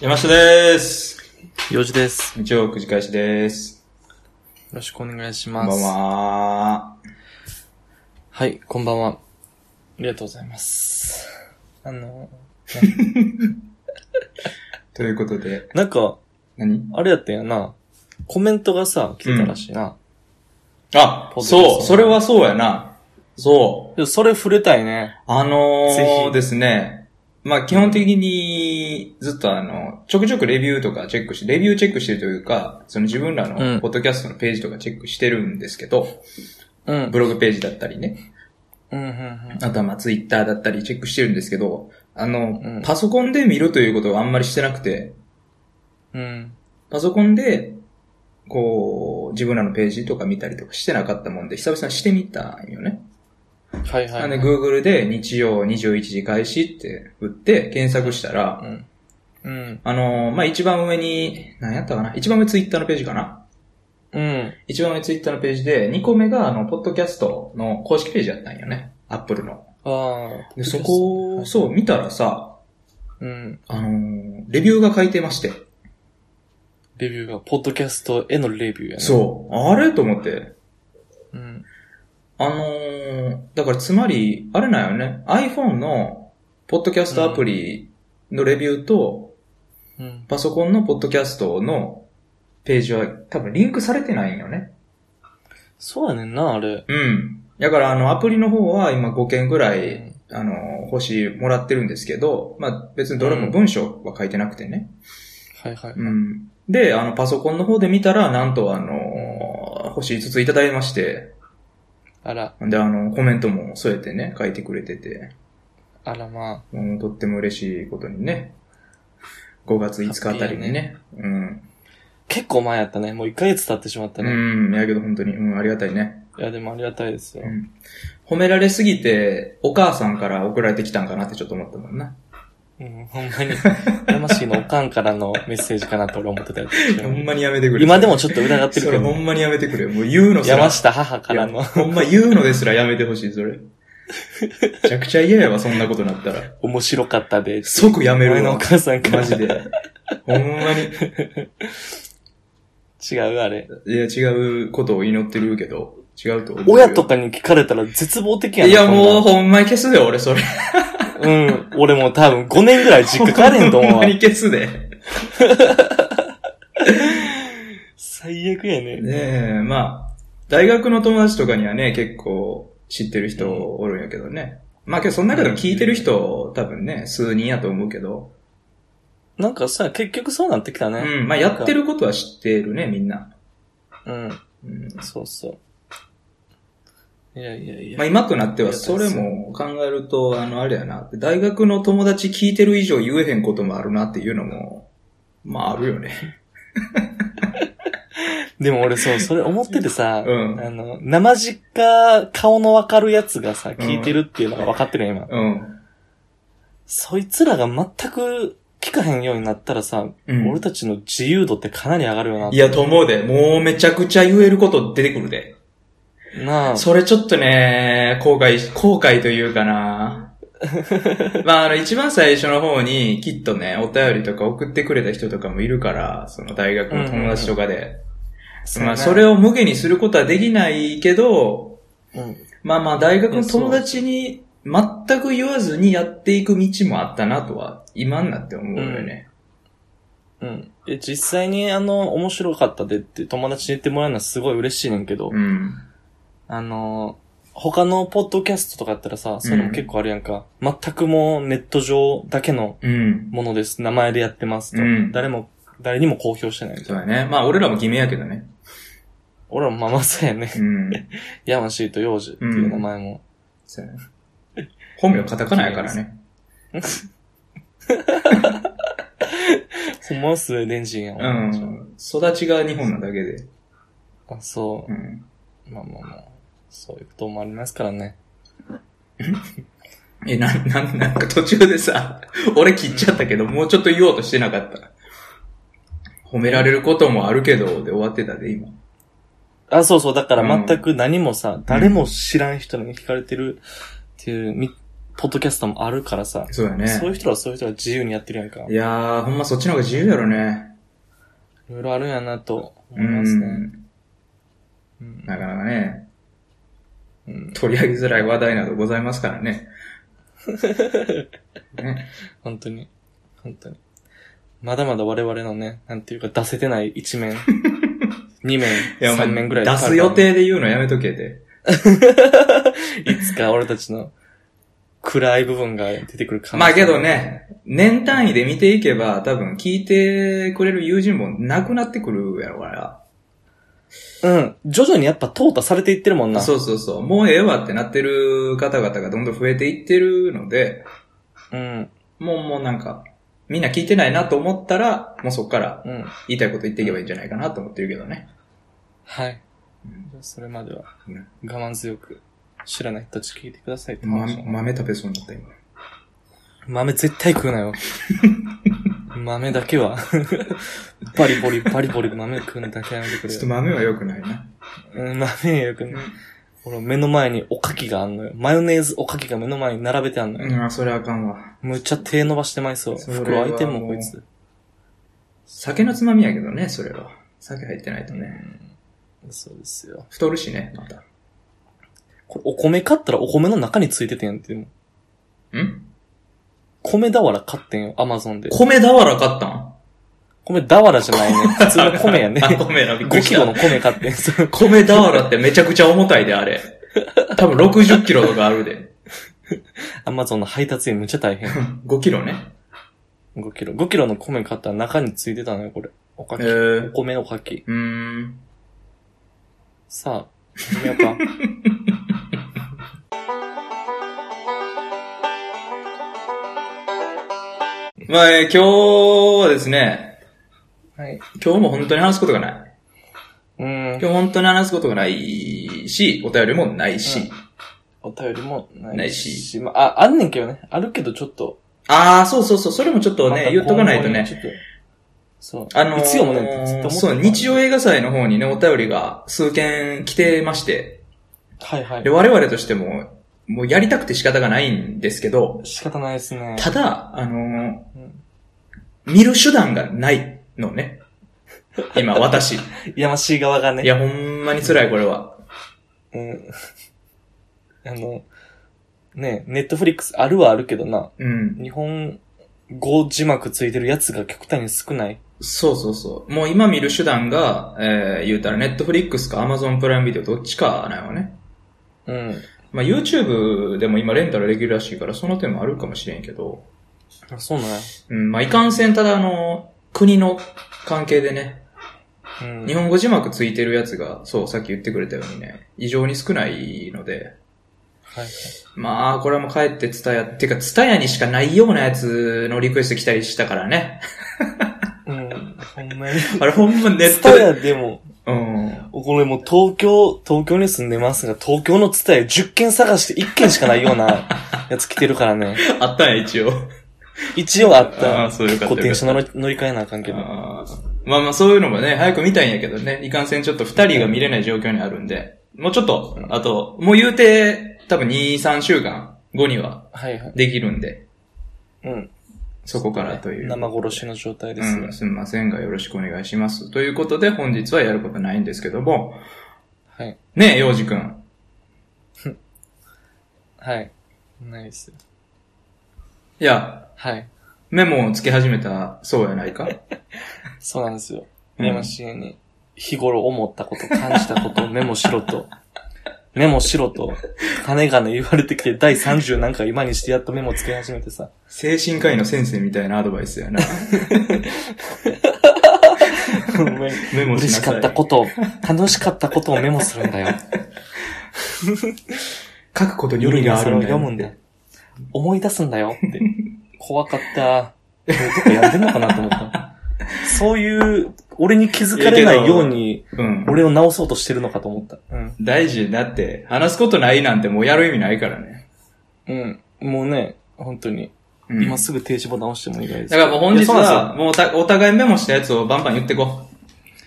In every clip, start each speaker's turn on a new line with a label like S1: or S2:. S1: 山下です。
S2: よじです。
S1: 日曜くじ返しです。
S2: よろしくお願いし
S1: こん
S2: ます。
S1: ばんは。
S2: はい、こんばんは。ありがとうございます。あの、
S1: ということで、
S2: なんか、
S1: 何
S2: あれやったんやな。コメントがさ、来てたらしいな。
S1: あ、
S2: ポッドキャスト
S1: そう、それはそうやな。そ
S2: でもそれ触れたいね。
S1: う。あの
S2: ぜ
S1: ー、
S2: ひ
S1: ですね。まあ、基本的に、ずっとあの、ちょくちょくレビューとかチェックして、レビューチェックしてるというか、その自分ら
S2: う
S1: の、
S2: ん
S1: ポッドキャストのページとかチェックしてるんですけど、
S2: うん。
S1: ブログページだったりね、
S2: うん、うん、
S1: あとはまあ、ツイッターだったりチェックしてるんですけど、あの、
S2: うん
S1: パソコンで見るということはあんまりしてなくて、
S2: うん。うん。
S1: パソコンで、こう、自分らのページとか見たりとかしてなかったもんで、久々にしてみたんよね。
S2: はいはい。
S1: なんで、Google で日曜21時開始って打って検索したら、
S2: うん。うん。
S1: あのーまあ、一番上に、何やったかな一番上 Twitter のページかな
S2: うん。
S1: 一番上 Twitter のページで、二個目が、あの、ポッドキャストの公式ページやったんよね。Apple の。
S2: ああ。
S1: で、そこを、そう、見たらさ、
S2: うん。
S1: あのーレビューが書いてまして。
S2: レビューが、ポッドキャストへのレビューやね。
S1: そう。あれと思って。
S2: う。うん。
S1: あのー、だからつまり、あれなんよね、iPhone の、ポッドキャストアプリのレビューと、
S2: うん。
S1: パソコンのポッドキャストのページは多分リンクされてないんよね。
S2: そうやねんな、あれ。
S1: うん。だからあの、アプリの方は今5件ぐらい、
S2: うん
S1: あの、星もらってるんですけど、まあ別にどれも文章は書いてなくてね。
S2: はいはい。
S1: うん。で、あの、パソコンの方で見たら、なんとあの、星5ついただいまして、
S2: あら、
S1: で、あの、コメントも添えてね、書いてくれてて。
S2: あらまあ。
S1: もうとっても嬉しいことにね。5月5日あたりにね。
S2: 結構前やったね。もう1ヶ月経ってしまった
S1: う
S2: ね。
S1: ん。うん。やけど本当に、うん、ありがたいね。
S2: いや、でもありがたいですよ。
S1: うん。褒められすぎて、お母さんから送られてきたんかなってちょっと思ったもんな。
S2: うん、ほん まに、山氏のおかんからのメッセージかなと俺思ってたよ。
S1: ほんまにやめてくれ。
S2: 今でもちょっと疑ってる
S1: そ
S2: け
S1: れほ
S2: ど、
S1: んまにやめてくれ。もう言うのすら。
S2: 山下母から
S1: い
S2: の
S1: や、ほんま言うのですらやめてほしい、それ。めちゃくちゃ嫌やわ、そんなことなったら。
S2: 面白かったで、
S1: 即やめ
S2: 俺
S1: る
S2: のお
S1: わ。
S2: 母さんから。
S1: マジで。ほんまに。
S2: 違う、あれ。
S1: いや、違うことを祈ってるけど、違うと思うよ。
S2: 親とかに聞かれたら絶望的やな。
S1: いや、もう
S2: こ
S1: ほんまに消すで、俺、それ。
S2: んなんうん。俺も多分5年ぐらい実家帰れんと思う
S1: ほんま。
S2: わ
S1: に消すで。 ね
S2: 最悪やね。
S1: え、まあ、大学の友達とかにはね、結構知ってる人おるんやけどね。まあけど、その中でも聞いてる人、多分ね、数人やと思うけど。
S2: なんかさ、結局そうなってきた
S1: う
S2: ね。
S1: ん、まあやってることは知ってるね、みんな。
S2: うん。
S1: うん
S2: そうそう。いやいやいや。
S1: まあ今となっては、それも考えると、あの、あれやな、大学の友達聞いてる以上言えへんこともあるなっていうのも、まああるよね。
S2: でも俺 そう、それ思っててさ、
S1: うん
S2: あの、生実家顔のわかるやつがさ、聞いてるっていうのが分かってるやん、今。
S1: うん。
S2: そいつらが全く聞かへんようになったらさ、
S1: うん
S2: 俺たちの自由度ってかなり上がるよな。
S1: いや、と思うで。もうめちゃくちゃ言えること出てくるで。
S2: なあ。
S1: それちょっとね、後悔、後悔というか な。まあ、あの、一番最初の方に、きっとね、お便りとか送ってくれた人とかもいるから、その大学の友達とかで。
S2: そう
S1: ま
S2: や
S1: あ、
S2: な
S1: それ、を無下にすることはできないけど、
S2: うん。
S1: まあまあ、大学の友達に全く言わずにやっていく道もあったなとは、今になって思うよね。
S2: うん。で、実際にあの、面白かったでって友達に言ってもらうのはすごい嬉しいねんけど、
S1: うん。
S2: あの、他のポッドキャストとかやったらさ、それも結構あるやんか。全くもうネット上だけの
S1: うん。
S2: ものです。名前でやってますと。
S1: うん
S2: 誰も、誰にも公表してないみた
S1: そ
S2: いうな。
S1: だね。まあ、俺らも偽名やけどね。
S2: 俺らもまあまさやね。
S1: うん。
S2: ヤマシーとヨウジっていう名前も。
S1: そうやね。本名カタカナやからね。
S2: ほんまはスウェーデン人やん。
S1: う。ん。育ちが日本なだけで。
S2: あ、そう。
S1: うん。
S2: まあまあまあ、そういうこともありますからね。
S1: え、な、 な、なんか途中でさ、 俺切っちゃったけど、もうちょっと言おうとしてなかった。褒められることもあるけど、で終わってたで、今。
S2: あ、そうそう、だか
S1: う
S2: ら
S1: ん
S2: 全く何もさ、誰も知らん人に聞かれてるっていう、み、ポッドキャストもあるからさ、
S1: そうだね。
S2: そういう人らはそういう人は自由にやってるやんか。
S1: い
S2: い
S1: やー、ほんまそっちの方が自由やろね。
S2: ろいろあるんやなと思
S1: う
S2: いますね。
S1: ん。
S2: うん
S1: なかなかね、
S2: うん
S1: 取り上げづらい話題などございますからね。ね
S2: 本当に。本当に。まだまだ我々のね、なんていうか出せてない一 面、二面、
S1: いや、お
S2: 三面ぐら
S1: 前、
S2: い
S1: 出す予定で言うのやめとけて。
S2: いつか俺たちの暗い部分が出てくる可能性
S1: まあけど。ね、年単位で見ていけば、多分聞いてくれる友人もなくなってくるやろから。
S2: うん。徐々にやっぱ淘汰されていってるもんな。
S1: そうそうそう。もうええわってなってる方々がどんどん増えていってるので、
S2: うん。
S1: もうもうなんか、みんな聞いてないなと思ったら、もうそっから
S2: うん。
S1: 言いたいこと言っていけばいいんじゃないかなと思ってるけどね。
S2: はい。
S1: うん
S2: じゃあそれまでは
S1: うん
S2: 我慢強く知らない人たち聞いてくださいって
S1: ま
S2: 話、
S1: 豆食べそうになった今。
S2: 豆絶対食う なよ。豆だけは。バリボリ、バリボリ豆食うのだけやめてくれ
S1: ちょっと
S2: よ。
S1: 豆は良くないな。
S2: うん、豆よくね。俺目の前におかきがあんのよ。マヨネーズおかきが目の前に並べてあんの
S1: う
S2: よ。
S1: ん、あそれあかんわ。
S2: むっちゃ手伸ばしてまいそう。
S1: それは
S2: 袋開いてんもん、こいつ。
S1: 酒のつまみやけどね、それは。酒入ってないとね。
S2: そうですよ。
S1: 太るしね、また。
S2: これ、お米買ったらお米の中についててんやんって。でも
S1: ん
S2: 米俵買ってんよ、アマゾンで。
S1: 米俵買ったん
S2: 米俵じゃないね。普通の米 やね。
S1: あ、米な、びっく
S2: 5
S1: りし
S2: キ
S1: た
S2: ロの米買ってん。 そう
S1: 米俵ってめちゃくちゃ重たいで、あれ。多分60キロとかある で。
S2: アマゾンの配達員むっちゃ大変。
S1: 5キロね。
S2: 5キロ。5キロの米買ったら中についてたのよ、これ。おか
S1: え
S2: き。お
S1: ー、
S2: 米のおかき。
S1: うーん。
S2: さあ、始めようか。
S1: まあ、えー今日はですね、
S2: はい。
S1: 今日も本当に話すことがない。
S2: うん。
S1: 今日本当に話すことがないし、お便りもないし。
S2: うんお便りもないし。
S1: ないし
S2: まあ、あんねんけどね。あるけどちょっと。
S1: ああ、そうそうそう、それもちょっと
S2: また
S1: ね、言っとかないと
S2: 今
S1: ね
S2: 後。ちょっと。そう。
S1: あのー
S2: いつよもね、ずっと思って
S1: そう、日曜映画祭の方にね、お便りが数件来てまして、
S2: はいはい
S1: で。我々としても、もうやりたくて仕方がないんですけど、
S2: 仕方ないですね。
S1: ただ、あの
S2: うん
S1: ー見る手段がないのね。今、 私。い
S2: やましい側がね。
S1: や、ほんまに辛い、これは。
S2: うん。 あの、ねネットフリックスあるはあるけどな、
S1: うん。
S2: 日本語字幕ついてるやつが極端に少ない。
S1: そうそうそう。もう今見る手段が、えー、言うたら、ネットフリックスかアマゾンプライムビデオどっちかなよね。
S2: うん。
S1: まあ、YouTube でも今レンタルできるらしいから、その点もあるかもしれんけど、
S2: あ、そうなんや。
S1: うん、まあ、いかんせん、ただあの、国の関係でね、
S2: うん。
S1: 日本語字幕ついてるやつが、そう、さっき言ってくれたようにね、異常に少ないので、
S2: はい。
S1: まあ、これはもう帰って伝え、ってか伝えにしかないようなやつのリクエスト来たりしたからね。
S2: うん。ほんまに。
S1: あれほんまネッ
S2: ツ
S1: ト
S2: タ
S1: で。
S2: ヤでも、
S1: うん。
S2: これもう東京、東京に住んでますが、東京のツタヤ10件探して1件しかないようなやつ来てるからね。
S1: あったんや、一応。
S2: 一応あった。
S1: あーそうよかった
S2: 固定車乗り乗り換えなあかんけど。
S1: あーまあまあそういうのもね、早く見たいんやけどね、いかんせんちょっと二人が見れない状況にあるんで、もうちょっと、あと、もう言うて、多分2、3週間後には
S2: はいはい。
S1: できるんで、
S2: うん。
S1: そこからという。
S2: 生殺しの状態で
S1: う
S2: すが。
S1: ん、すみませんがよろしくお願いします。ということで本日はやることないんですけども、
S2: はい。
S1: ねえ、洋二くん。
S2: はい。ないですよ。
S1: いや、
S2: はい。
S1: メモをつけ始めたそうやないか。
S2: そうなんですよ。
S1: うん
S2: メモしげに、日頃思ったこと、感じたこ とをメモしろと、メモしろと、金がね言われてきて、第30なんか今にしてやっとメモつけ始めてさ、
S1: 精神科医の先生みたいなアドバイスやな。
S2: ほんまに
S1: メモしな
S2: 嬉し
S1: さい。
S2: かったことを、楽しかったことをメモするんだよ。
S1: 書くことに意味があるんだ
S2: それを
S1: よ
S2: 読むんだ。思い出すんだよって。怖かった。どういうとこやってんのかなと思った。そういう、俺に気づかれないように、
S1: うん。
S2: 俺を直そうとしてるのかと思った。うん。
S1: 大事だって、話すことないなんてもうやる意味ないからね。
S2: うん。もうね、本当に。
S1: うん
S2: 今すぐ停止ボタン押してもいいぐらいです。
S1: だからもう本日
S2: いやそうなん
S1: は、もうたお互いメモしたやつをバンバン言ってこ
S2: ですよ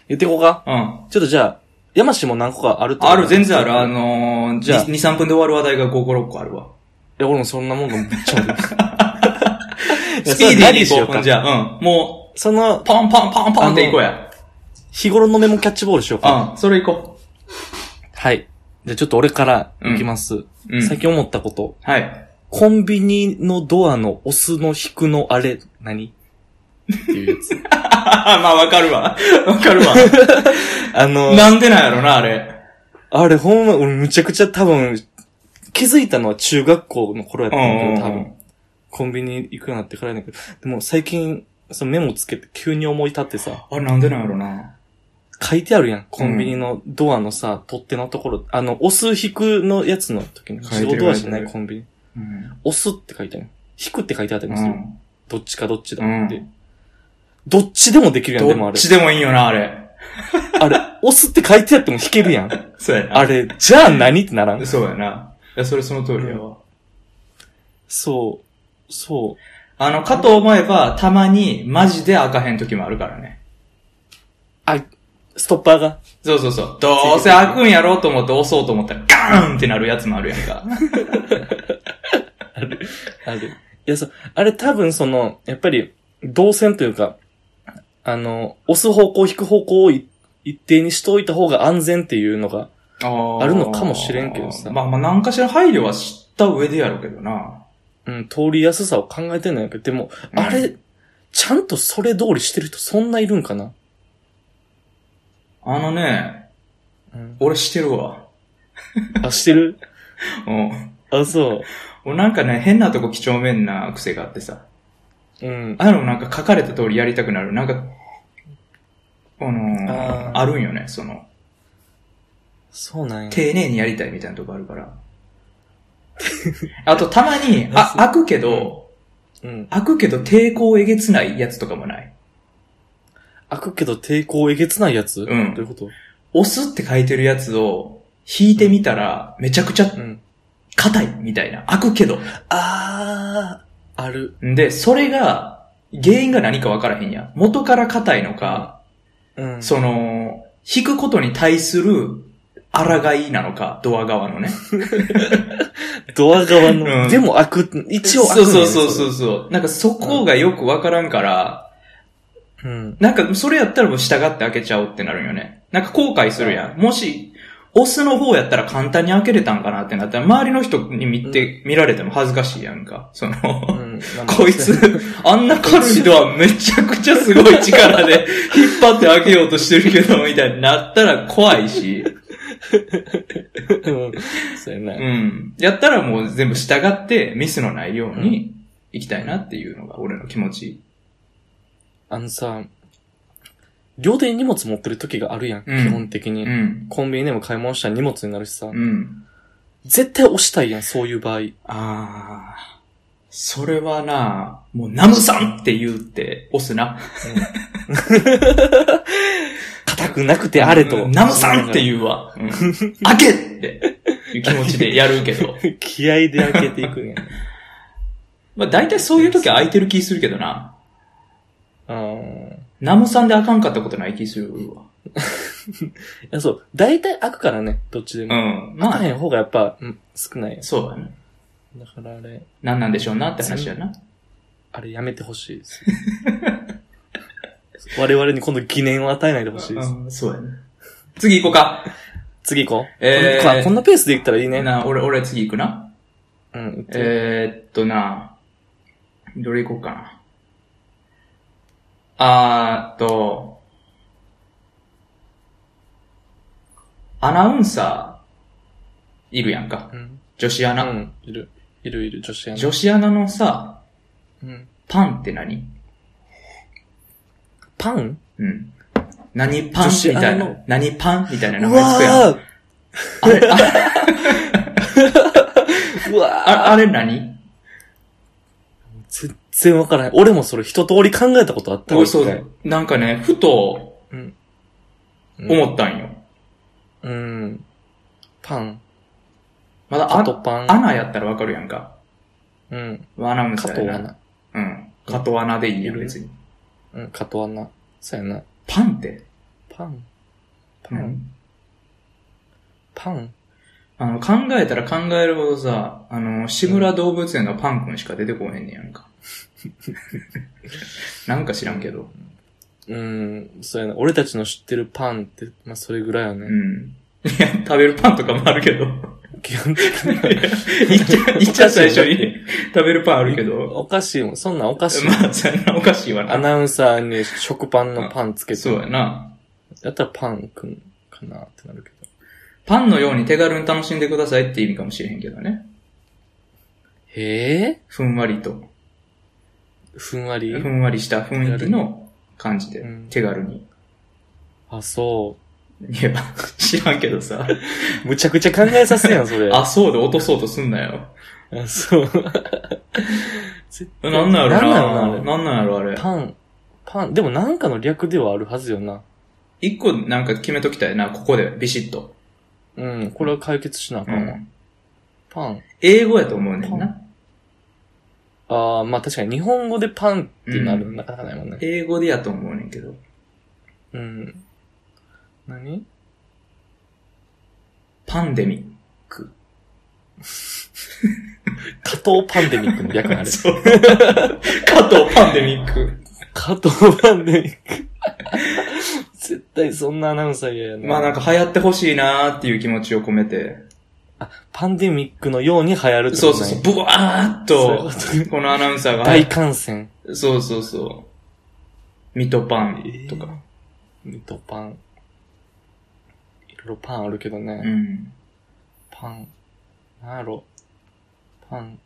S2: 言ってこうか。
S1: う。うん。
S2: ちょっとじゃあ、山氏も何個かあるってこと
S1: ある、全然ある。あのー、
S2: じゃあ
S1: 2、3分で終わる話題が5、6個あるわ。
S2: や、俺もそんなもんがめっちゃ ある。いや
S1: スピーディーに
S2: それ
S1: 行こう、
S2: は何しよう
S1: ほ
S2: か
S1: んじゃあ。うん。も
S2: その
S1: う、、パンパンパンパンって行こうや。
S2: 日頃のメモキャッチボールしようか。
S1: うん、それ行こ
S2: はい。じゃあちょっと俺からいきます。
S1: う。うん。
S2: 最近思ったこと。
S1: はい。
S2: コンビニのドアの押すの引くのあれ、何っていうやつ。
S1: まあわかるわ。わかるわ。
S2: あの、
S1: なんでなんやろな、あれ。
S2: あれほんま、俺むちゃくちゃ多分、気づいたのは中学校の頃やっ
S1: う
S2: た
S1: ん
S2: ん
S1: う
S2: だけ
S1: ん
S2: ど、
S1: う
S2: 多分。
S1: ん。
S2: コンビニ行くようになってからやねんけど、でも最近、そのメモつけて急に思い立ってさ、
S1: あれなんでなんやろな。
S2: 書いてあるやん。コンビニのドアのさ、取っ手のところ、あの、押す引くのやつの時に、
S1: 書いてる
S2: 自動ドアじゃな
S1: 書いて
S2: い
S1: る
S2: コンビニ。
S1: うん。
S2: 押すって書いてある。引くって書いてあったりもする。どっちかどっちだって。
S1: う
S2: どっちでもできるやん、でも
S1: ど
S2: あ
S1: っ
S2: れ。
S1: ちでもいいよな、あれ。
S2: あれ、押すって書いてあっても引けるやん。
S1: そうやな。
S2: あれ、じゃあ何ってならん
S1: そうやな。いや、それその通りやわ。
S2: そう。そう。
S1: あの、かと思えば、たまに、マジで開かへん時もあるからね。
S2: あ、ストッパーが。
S1: そうそうそう。どうせ開くんやろうと思って押そうと思ったら、ガーンってなるやつもあるやんか。
S2: ある。いや、そう。あれ多分その、やっぱり、動線というか、あの、押す方向、引く方向をい一定にしておいた方が安全っていうのが、
S1: あ
S2: あるのかもしれんけどさ
S1: まあまあ、何かしら配慮は知った上でやろうけどな。
S2: うん、通りやすさを考えてんのやけど、でも、
S1: うん
S2: あれ、ちゃんとそれ通りしてる人そんないるんかな、
S1: あのね、
S2: うん、
S1: 俺してるわ。
S2: あ、してる
S1: うん。
S2: あ、そ
S1: 俺なんかね、変なとこ几帳面な癖があってさ。
S2: う。うん。
S1: あの、なんか書かれた通りやりたくなる。なんか、あのー
S2: あー
S1: あるんよね、その、
S2: そうなんや。
S1: 丁寧にやりたいみたいなとこあるから。 あと、たまに、あ、開くけど、
S2: うん。
S1: 開くけど抵抗えげつないやつとかもない。
S2: 開くけど抵抗えげつないやつ
S1: ん
S2: どういうこと
S1: 押すって書いてるやつを引いてみたら、めちゃくちゃ
S2: うん。
S1: 硬いみたいな。開くけど。
S2: あー、ある。
S1: んで、それが、原因が何かわからへんやん。元から硬いのか、
S2: うん。
S1: その、引くことに対する抗いなのか、ドア側のね。
S2: ドア側の、
S1: うん
S2: でも開く、一応
S1: そ
S2: 開く
S1: うそう
S2: ね。
S1: そうそううそう。なんかそこがよくわからんから、
S2: れうん。
S1: なんかそれやったらもう従って開けちゃおうってなるんよね。なんか後悔するやん。もし、オスの方やったら簡単に開けれたんかなってなったら、周りの人に見て、見られても恥ずかしいやんか。その、
S2: うん。まあまあ
S1: こいつ。、あんな軽いドアめちゃくちゃすごい力で 引っ張って開けようとしてるけど、みたいになったら怖いし、
S2: うんそう や
S1: う
S2: な。
S1: ん。やったらもう全部従ってミスのないように行きたいなっていうのが俺の気持ち。
S2: あのさ、両手に荷物持ってる時があるやん。
S1: うん
S2: 基本的
S1: う
S2: に。
S1: ん。
S2: コンビニでも買い物したら荷物になるしさ。
S1: うん。
S2: 絶対押したいやん、そういう場合。
S1: あー。それはな、もうナムさんって言うって押すな。
S2: 硬くなくてあれと。
S1: うんナムさんって言うわ。うん開けっていう気持ちでやるけど。
S2: う。 気合で開けていくんやん。
S1: まあ大体そういう時は空いてる気するけどな。
S2: うん。
S1: ナムさんであかんかったことない気するわ。
S2: いや、そう。大体開くからね、どっちで
S1: う
S2: も。
S1: ん。
S2: 開
S1: ま
S2: かへ
S1: あ、
S2: ん方がやっぱ、うん、少ないや
S1: そうだね。
S2: ん。だからあれ、
S1: なんなんでしょうなって話やな。
S2: あれやめてほしい です。我々に今度疑念を与えないでほしいです。
S1: うんそうやね。次行こうか。
S2: 次行こう。
S1: えー
S2: こんなこんなペースで行ったらいいね。
S1: な、俺、俺次行くな。
S2: うん。行って
S1: えー、っとな、どれ行こうかな。あーっと、アナウンサー、いるやんか。
S2: うん。
S1: 女子ア
S2: う
S1: ナ。
S2: ん。いる。いるいる、女子やな。
S1: 女子アナのさ、
S2: うん。
S1: パンって何
S2: パン
S1: うん。何パン
S2: 女
S1: み
S2: 子アナ
S1: たいな
S2: の。
S1: 何パンみたいな名
S2: う
S1: 前つくやん。
S2: わ
S1: あれ、あれ、
S2: ーうわー
S1: ああれ何
S2: 全然わからない。俺もそれ一通り考えたことあったわ。
S1: そ
S2: 一回
S1: う、なんかね、ふと
S2: うん。
S1: 思ったんよ。
S2: うん。パン。
S1: まだ、
S2: カト
S1: あ、
S2: パン。
S1: アナやったらわかるやんか。
S2: うん。
S1: アナウンサ
S2: カ
S1: ー
S2: ト
S1: や
S2: ア
S1: な。
S2: ナ。
S1: うん。カトアナでいいやん、別に。
S2: うん、カトアナ。そうやな。
S1: パンって
S2: パン。パン。
S1: 何
S2: パン。
S1: あの、考えたら考えるほどさ、あの、志村動物園のパン君しか出てこへんねやん か。なんか知らんけど。
S2: うん、そうやな。俺たちの知ってるパンって、まあそれぐらいや
S1: う
S2: ね。
S1: ん。いや、食べるパンとかもあるけど。
S2: 基本的に
S1: いやいっち ゃ、いっちゃ最初に 食べるパンあるけど。
S2: おかしいもん。そんなんおかしい。
S1: まあ、そんなおかしいわ
S2: ア
S1: な。
S2: ナウンサーに食パンのパンつけて。
S1: そうやな。
S2: やったらパンくんかなってなるけど。
S1: パンのように手軽に楽しんでくださいって意味かもしれへんけどね。
S2: へえ
S1: ふんわりと。
S2: ふんわり
S1: ふんわりした雰囲気の感じで
S2: うん、
S1: 手軽に。
S2: あ、そ
S1: いや、知らんけどさ。
S2: う。むちゃくちゃ考えさせやん、それ。
S1: あ、そうで落とそうとすんなよ。
S2: あ、 そう。絶対
S1: なんなんやろ
S2: なんなんやろ
S1: な。なんなんやろあれ。
S2: パン、パン、でもなんかの略ではあるはずよな。
S1: 一個なんか決めときたいな、ここで、ビシッと。
S2: うん、これは解決しなあかんわ。パン。
S1: 英語やと思うねんな。
S2: ああ、まあ確かに日本語でパンってなる、
S1: うん
S2: なかなかないもんね。
S1: 英語でやと思うねんけど。
S2: うん。何
S1: パンデミック。
S2: 加藤パンデミックの略なれ。
S1: そう。 加藤パンデミック。
S2: 加藤パンデミック。絶対そんなアナウンサー嫌やな。
S1: まあなんか流行ってほしいなーっていう気持ちを込めて。
S2: パンデミックのように流行るってこ
S1: そ
S2: と
S1: うそうそう、
S2: ね
S1: ブワーっ
S2: そう
S1: と、
S2: いうこと
S1: このアナウンサーが。
S2: 大感染。
S1: そうそうそう。ミトパンとか。
S2: ミトパン。いろいろパンあるけどね。
S1: うん。
S2: パン。なんやろ。パン。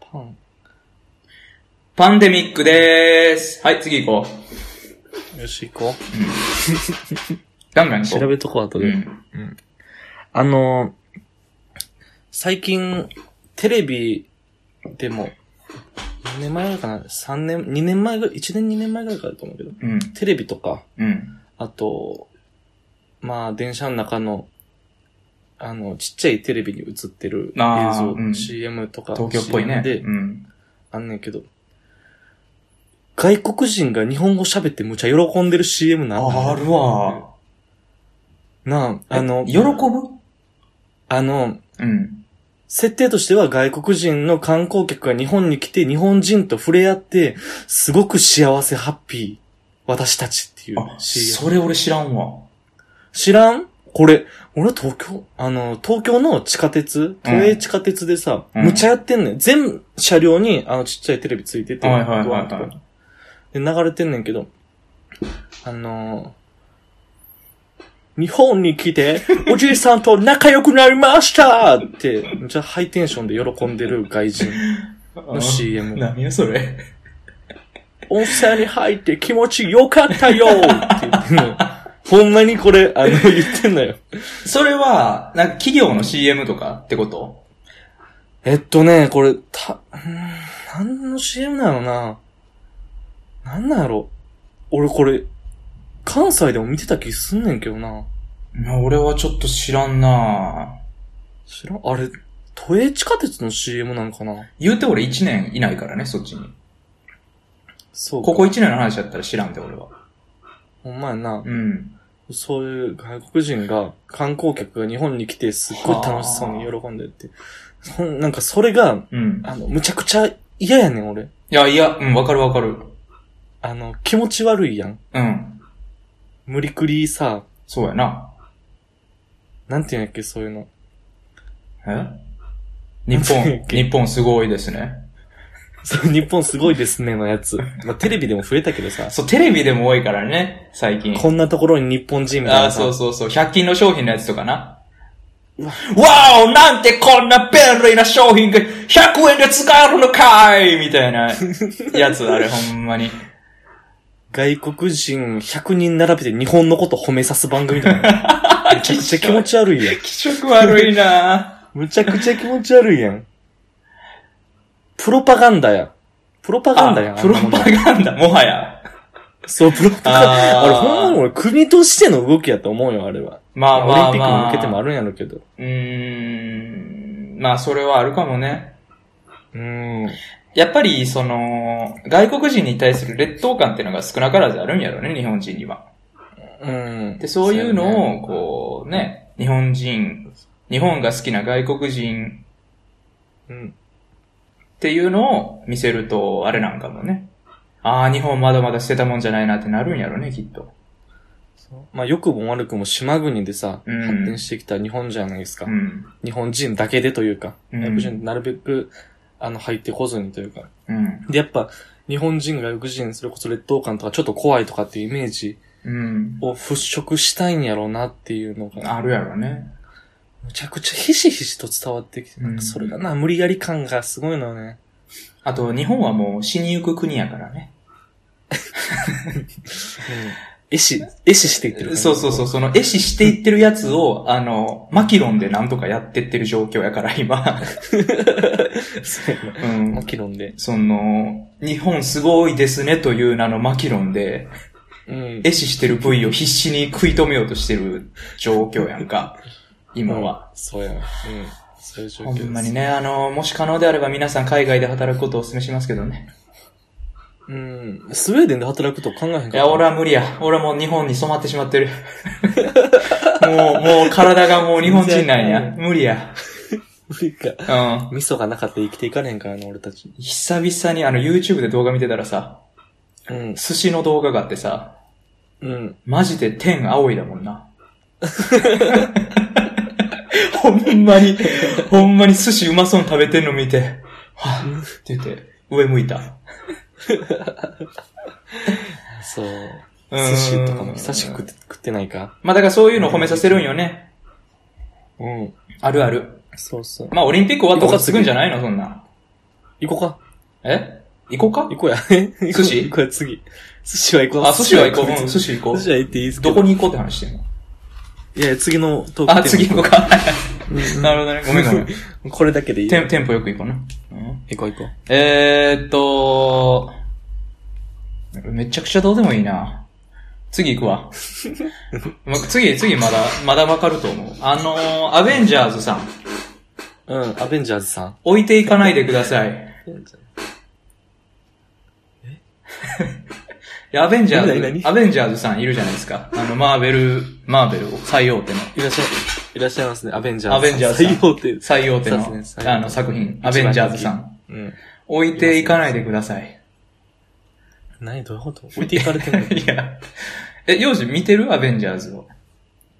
S2: パン。
S1: パンデミックでーす。はい、次行こう。
S2: よし、行こう。
S1: ガンガン 行こ
S2: 調
S1: う。
S2: べとこう、後
S1: う
S2: で。
S1: ん。
S2: あのー、最近、テレビでも、何年前ぐらいかな ?3 年、2年前ぐらい、1年2年前ぐらいからだと思うけど、
S1: うん。
S2: テレビとか、
S1: うん。
S2: あと、まあ、電車の中の、あの、ちっちゃいテレビに映ってる映
S1: あー
S2: 像、
S1: うん
S2: CM とか、
S1: 東京っぽいね
S2: CM。で、
S1: うん。
S2: あんねんけど、外国人が日本語喋ってむちゃ喜んでる CM なんだ
S1: あるわ。
S2: なあ、あの、
S1: 喜ぶ
S2: あの、
S1: うん。
S2: 設定としては外国人の観光客が日本に来て日本人と触れ合って、すごく幸せハッピー、私たちっていう
S1: あ、
S2: CM。
S1: それ俺知らんわ。
S2: 知らんこれ、俺東京、あの、東京の地下鉄、都営地下鉄でさ、
S1: うん
S2: むちゃやってんねん。全車両にあのちっちゃいテレビついてて、
S1: はいはいはいはい
S2: ドアのとこにで、流れてんねんけど、あのー日本に 来て、おじいさんと仲良くなりましたって、めっちゃハイテンションで喜んでる外人の CM。
S1: 何やそれ。
S2: 温泉に入って気持ちよかったよって言ってんのよ。ほんまにこれ、あの、言ってんのよ。
S1: それは、なんか企業の CM とかってこと
S2: えっとね、これ、た、うーん、何の CM なのな。何なんやろ。俺これ、関西でも見てた気すんねんけどな。
S1: 俺はちょっと知らんな
S2: 知らん、あれ、都営地下鉄の CM なんかな
S1: 言うて俺1年いないからね、そっちに。
S2: そうか。
S1: ここ1年の話だったら知らんで、俺は。
S2: ほんまやな。
S1: うん。
S2: そういう外国人が、観光客が日本に来てすっごい楽しそうに喜んでって。ほん、なんかそれが、
S1: うん。
S2: あの、むちゃくちゃ嫌やねん、俺。
S1: いや、いや、うん、わかるわかる。
S2: あの、気持ち悪いやん。
S1: うん。
S2: 無理くりさ、
S1: そうやな。
S2: なんていうんやっけ、そういうの。
S1: え日本、日本すごいですね。
S2: そう、日本すごいですねのやつ。まあ、テレビでも増えたけどさ、
S1: そう、テレビでも多いからね、最近。
S2: こんなところに日本人みたい
S1: あ
S2: な
S1: あ、
S2: さ
S1: そうそうそう。100均の商品のやつとかな。
S2: うわ
S1: わおなんてこんな便利な商品が100円で使えるのかいみたい なやつ、あれほんまに。
S2: 外国人100人並べて日本のこと褒めさす番組みたいな。 めちゃくちゃ気持ち悪いやん。
S1: 気色悪いな
S2: むちゃくちゃ気持ち悪いやん。プロパガンダや。プロパガンダやん。
S1: プロパガンダ、もはや。
S2: そう、プロパガンダ。
S1: あ
S2: あ
S1: ー
S2: れ、ほんまに俺、国としての動きやと思うよ、あれは。
S1: まあまあまあ。
S2: オリンピックに向けてもあるんやろうけど。
S1: うーん。まあ、それはあるかもね。
S2: うーん。
S1: やっぱり、その、外国人に対する劣等感っていうのが少なからずあるんやろね、日本人には。
S2: うん。
S1: で、そういう
S2: そやね
S1: のを、こうね、日本人、日本が好きな外国人
S2: うん。
S1: っていうのを見せると、あれなんかもね。ああ、日本まだまだ捨てたもんじゃないなってなるんやろね、きっと。
S2: まあ、良くも悪くも島国でさ、
S1: うん
S2: 発展してきた日本じゃないですか。
S1: うん。
S2: 日本人だけでというか、
S1: うん
S2: 外国人なるべく、あの、入ってこずにというか。
S1: うん。
S2: で、やっぱ、日本人、外国人、それこそ劣等感とかちょっと怖いとかっていうイメージ
S1: うん。
S2: を払拭したいんやろうなっていうのが、
S1: あるやろね。
S2: むちゃくちゃひしひしと伝わってきて、なんかそれがな、無理やり感がすごいのよね。
S1: あと、日本はもう死にゆく国やからね。
S2: えし、えししていってる。
S1: そうそうそう、その、絵師していってるやつを、あの、マキロンでなんとかやってってる状況やから、今。
S2: う。 そうや
S1: う
S2: な。も
S1: ん。
S2: ちろんで。
S1: その、日本すごいですねという名のマキロンで、
S2: うん。
S1: 絵師してる部位を必死に食い止めようとしてる状況やんか。今は。
S2: そうやな。うん。そういう状
S1: ほ
S2: 況です。
S1: んまにね、あの、もし可能であれば皆さん海外で働くことをお勧めしますけどね。
S2: うん。スウェーデンで働くと考えへんかった。
S1: いや、俺は無理や。俺はもう日本に染まってしまってる。 もう、もう体がもう日本人なんや。無理や。
S2: 無理か。
S1: うん。
S2: 味噌がなかったら生きていかれへんからね、俺たち。
S1: 久々にあの YouTube で動画見てたらさ、
S2: うん。
S1: 寿司の動画があってさ、
S2: うん。
S1: マジで天青いだもん な。ほんまに、ほんまに寿司うまそうに食べてんの見て、はぁ、って言って、上向いた。
S2: そう。
S1: う
S2: 寿
S1: ん
S2: 司とかも久しく食って食ってないか。
S1: まあだからそういうの褒めさせるんよね。
S2: うん。
S1: あるある。
S2: そうそう。
S1: まあオリンピック終わったらすぐんじゃないのそんな。
S2: 行こうか。
S1: え行こう
S2: 行
S1: か
S2: こうや。
S1: 寿司
S2: 行こうや、次。 寿司は行こう。
S1: あ、寿司は行こう。うん寿
S2: 司
S1: 司行こ
S2: 寿司は
S1: う。
S2: 行っていいですけ
S1: ど
S2: ど。
S1: こに行こうって話してんの
S2: いや、次のトーク
S1: あ、次行こうか。 なるほどね。ごめんごめん。
S2: う。 これだけでいい。
S1: テンテンポよく行こうな。うん
S2: 行こう行こう。
S1: えーっと、めちゃくちゃどうでもいいな。次行く わ。ま次、次まだ、まだわかると思う。あのー、アベンジャーズさん、
S2: うん、アベンジャーズさん。
S1: 置いていかないでください。いやアベンジャ
S2: 何
S1: ー
S2: 何
S1: ズ、アベンジャーズさんいるじゃないですか。あの、マーベル、マーベル最大手の、
S2: いらっしゃい、いらっしゃいますね、アベンジャーズさん。
S1: アベンジャーズさん
S2: 最大手です。
S1: 最大手
S2: そうですね最
S1: の、あ
S2: 大手
S1: の作品、アベンジャーズさん。
S2: うん。
S1: 置いていかないでください。
S2: 何どういうこと置いていかれてんの
S1: いや。え、幼児見てるアベンジャーズを。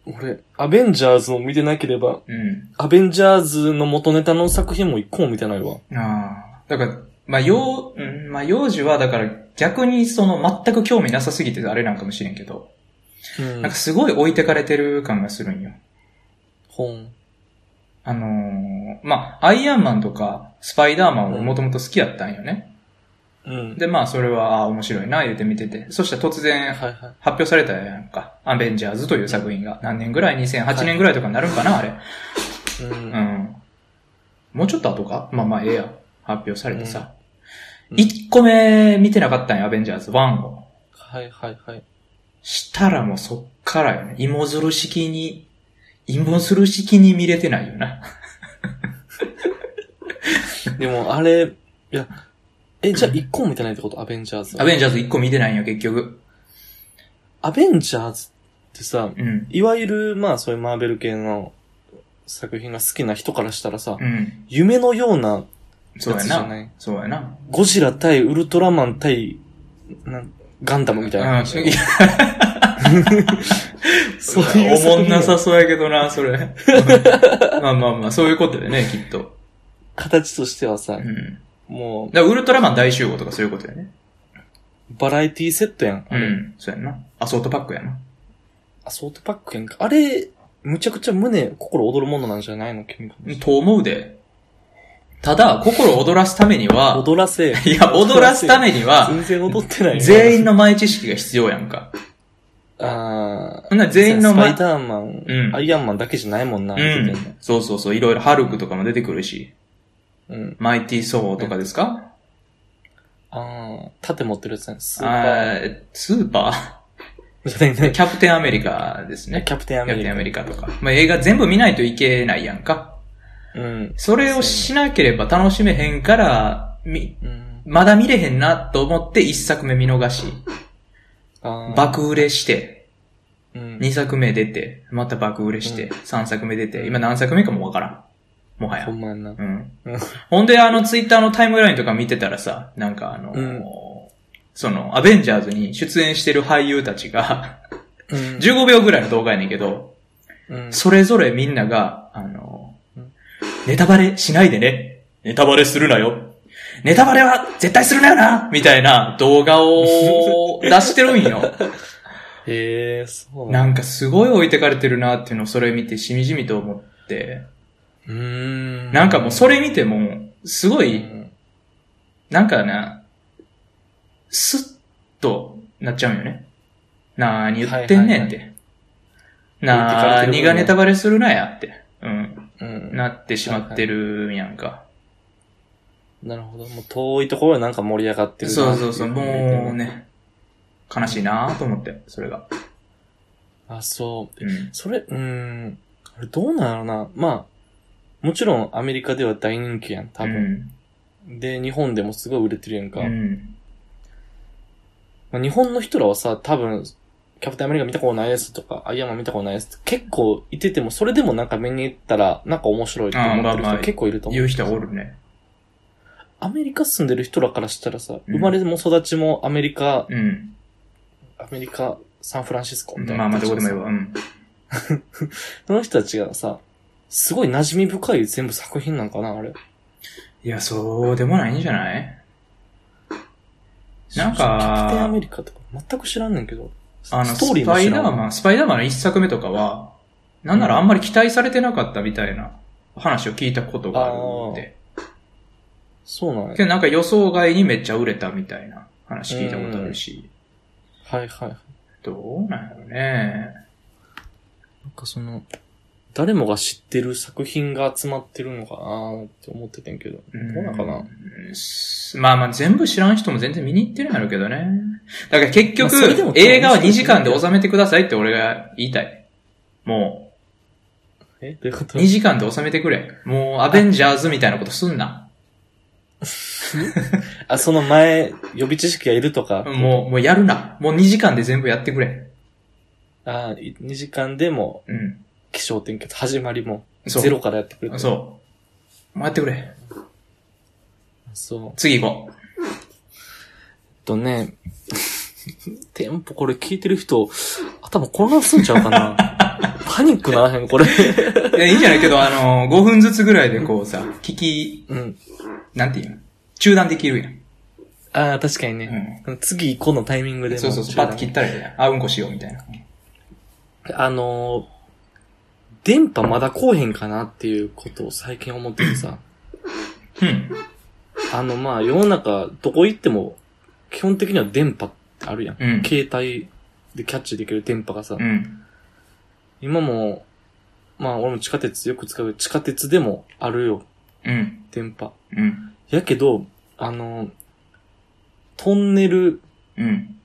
S2: 俺、アベンジャーズを見てなければ、
S1: うん。
S2: アベンジャーズの元ネタの作品も一個も見てないわ。
S1: ああ。だから、まあ、幼、うん、まあ、幼児は、だから、逆にその、全く興味なさすぎてあれなんかもしれんけど、
S2: うん
S1: なんか。すごい置いてかれてる感がするんよ。
S2: 本。
S1: あのーまあ、アイアンマンとか、スパイダーマンをもともと好きやったんよね。
S2: うん。
S1: で、まあ、それは、ああ、面白いな、言うて見てて。そしたら突然、
S2: はいはい。
S1: 発表されたやんか。アベンジャーズという作品が。何年ぐらい ?2008 年ぐらいとかになるんかな、あれ。
S2: うん。
S1: うん。もうちょっと後かまあまあ、ええやん。発表されてさ。
S2: うんうん
S1: 一1個目見てなかったんや、アベンジャーズ1を。
S2: はいはいはい。
S1: したらもうそっからよね。芋づる式に、芋づる式に見れてないよな。
S2: でも、あれ、いや、え、じゃあ一個も見てないってことアベンジャーズは。
S1: アベンジャーズ1個見てないんや、結局。
S2: アベンジャーズってさ、
S1: うん。
S2: いわゆる、まあそういうマーベル系の作品が好きな人からしたらさ、
S1: うん。
S2: 夢のような
S1: そうや
S2: やつじゃな。
S1: ないそうやな。
S2: ゴジラ対ウルトラマン対なんガンダムみたいな
S1: うん。
S2: 感
S1: い
S2: じ。
S1: や
S2: そういう作品
S1: おもんなさそうやけどな、そ れ。まあまあまあ、そういうことでね、きっと。
S2: 形としてはさ
S1: う、ん。
S2: も
S1: だからウルトラマン大集合とかそういうことやね。
S2: う、バラエティセットやん。あ
S1: う
S2: れ、
S1: ん。そうやんな。アソートパックやな。
S2: アソートパックやんか。あれ、むちゃくちゃ胸、心躍るものなんじゃないの君が。
S1: と思うで。ただ、心躍らすために は、
S2: 踊らせ。
S1: いや、踊らすために は、
S2: 全然踊ってないよ。
S1: 全員の前知識が必要やんか。
S2: あ
S1: ほんなら
S2: ー
S1: 全員の前
S2: スパイ、ダーマン、
S1: うん
S2: アイアンマンだけじゃないもんな。
S1: う
S2: 見て
S1: ん
S2: て。
S1: そうそうそう、いろいろハルクとかも出てくるし、
S2: うん。
S1: マイティーソーとかですか
S2: ああ、盾持ってるやつなんです。スーパー。
S1: あースーパ
S2: じゃない
S1: ー
S2: ね。
S1: キャプテンアメリカですね。
S2: キャプテンア
S1: キャプ
S2: メリ
S1: テン
S2: カ。
S1: アメリカとか。まあ、映画全部見ないといけないやんか。
S2: うん。
S1: それをしなければ楽しめへんから、み、
S2: うん。
S1: まだ見れへんなと思って一作目見逃し、
S2: あー
S1: 爆売れして、
S2: うん。
S1: 2作目出て、また爆売れして、3作目出て、今何作目かもわからん。もはや
S2: ほ。んまやな。
S1: うん
S2: うん。
S1: ほんで、あの、ツイッターのタイムラインとか見てたらさ、なんかあの、
S2: うん
S1: その、アベンジャーズに出演してる俳優たちが、
S2: うん。
S1: 15秒ぐらいの動画やねんけど、
S2: うん。
S1: それぞれみんなが、あの
S2: うん、
S1: ネタバレしないでね。ネタバレするなよ。ネタバレは絶対するなよなみたいな動画を出してるんよ。
S2: へえ、そう
S1: なんんかすごい置いてかれてるなっていうのをそれ見てしみじみと思って、
S2: うーん。
S1: なんかもうそれ見ても、すご
S2: う
S1: い
S2: ん、
S1: なんかな、スッとなっちゃうんよね。なーに言ってんねんって。なーにがネタバレするなやって。うん。
S2: うん。
S1: なってしまってるんやんか。
S2: なるほど。もう遠いところでなんか盛り上がってるな
S1: そうそうそう。
S2: っ
S1: も
S2: ていのが
S1: う。ね、悲しいなーと思って、それが。
S2: あ、そう。
S1: うん。
S2: それ、うーん。あれどうなんやろな。まあ、もちろんアメリカでは大人気やん、多分。で、日本でもすごい売れてるやん
S1: う
S2: か。
S1: ん。うん。
S2: まあ、日本の人らはさ、多分、キャプテンアメリカ見たことないですとか、アイアンマン見たことないですって結構いてても、それでもなんか見に行ったら、なんか面白いって思ってる
S1: あーまあまあ
S2: 人結構いると思う。
S1: 言う人おるね。
S2: アメリカ住んでる人らからしたらさ、
S1: うん
S2: 生まれも育ちもアメリカ、
S1: うん。
S2: アメリカ、サンフランシスコみたい
S1: まあ
S2: な。
S1: まあ、どこでも言えば。うん。
S2: その人たちがさ、すごい馴染み深い全部作品なんかな、あれ。
S1: いや、そうでもないんじゃないなんか
S2: キャプテンアメリカとか全く知らんねんけど。
S1: あの、
S2: ストーリー
S1: ス
S2: も
S1: パ
S2: 知
S1: イ
S2: ら
S1: ダー
S2: ん
S1: マ
S2: わ。
S1: ン、スパイダーマンの一作目とかは、なんならあんまり期待されてなかったみたいな話を聞いたことがあるって。
S2: そうなん
S1: け
S2: や。
S1: どなんか予想外にめっちゃ売れたみたいな話聞いたことあるし、
S2: はいはい。な
S1: どうなんやろね。
S2: んかその、誰もが知ってる作品が集まってるのかなって思っててんけど。どうなんかな
S1: うんすまあまあ全部知らん人も全然見に行ってるんやろうけどね。だから結局、
S2: まあそれでも
S1: 映画は2時間で収めてくださいって俺が言いたい。も
S2: えどういうこ
S1: う、
S2: と
S1: 2時間で収めてくれ。もう、アベンジャーズみたいなことすんな。
S2: あ、その前、予備知識がいるとか。
S1: もう、もうやるな。もう2時間で全部やってくれ。
S2: あーい2時間でも
S1: うん。
S2: 起承転結、始まりも、
S1: そう
S2: ゼロからやってくれて
S1: そう。もうやってくれ。
S2: そう。
S1: 次行こ
S2: えっとね、 テンポこれ聞いてる人、頭混乱すんちゃうかなパニックならへん、これ。
S1: う。いや、いいんじゃないけど、あのー、5分ずつぐらいでこうさ、聞き、
S2: うん。
S1: なんていうの中断できるやん。
S2: ああ、確かにね。次、このタイミングでも
S1: そうそうそう、パッと切ったらいいやん。あ、うんこしようみたいな。
S2: あのー、電波まだこうへんかなっていうことを最近思って てさ。
S1: うん。
S2: あの、まあ、世の中、どこ行っても、基本的には電波ってあるやん。
S1: うん
S2: 携帯でキャッチできる電波がさ。
S1: うん。
S2: 今も、まあ、俺も地下鉄よく使う。地下鉄でもあるよ、
S1: うん。
S2: 電波。
S1: うん。
S2: やけど、あの、トンネル、
S1: うん。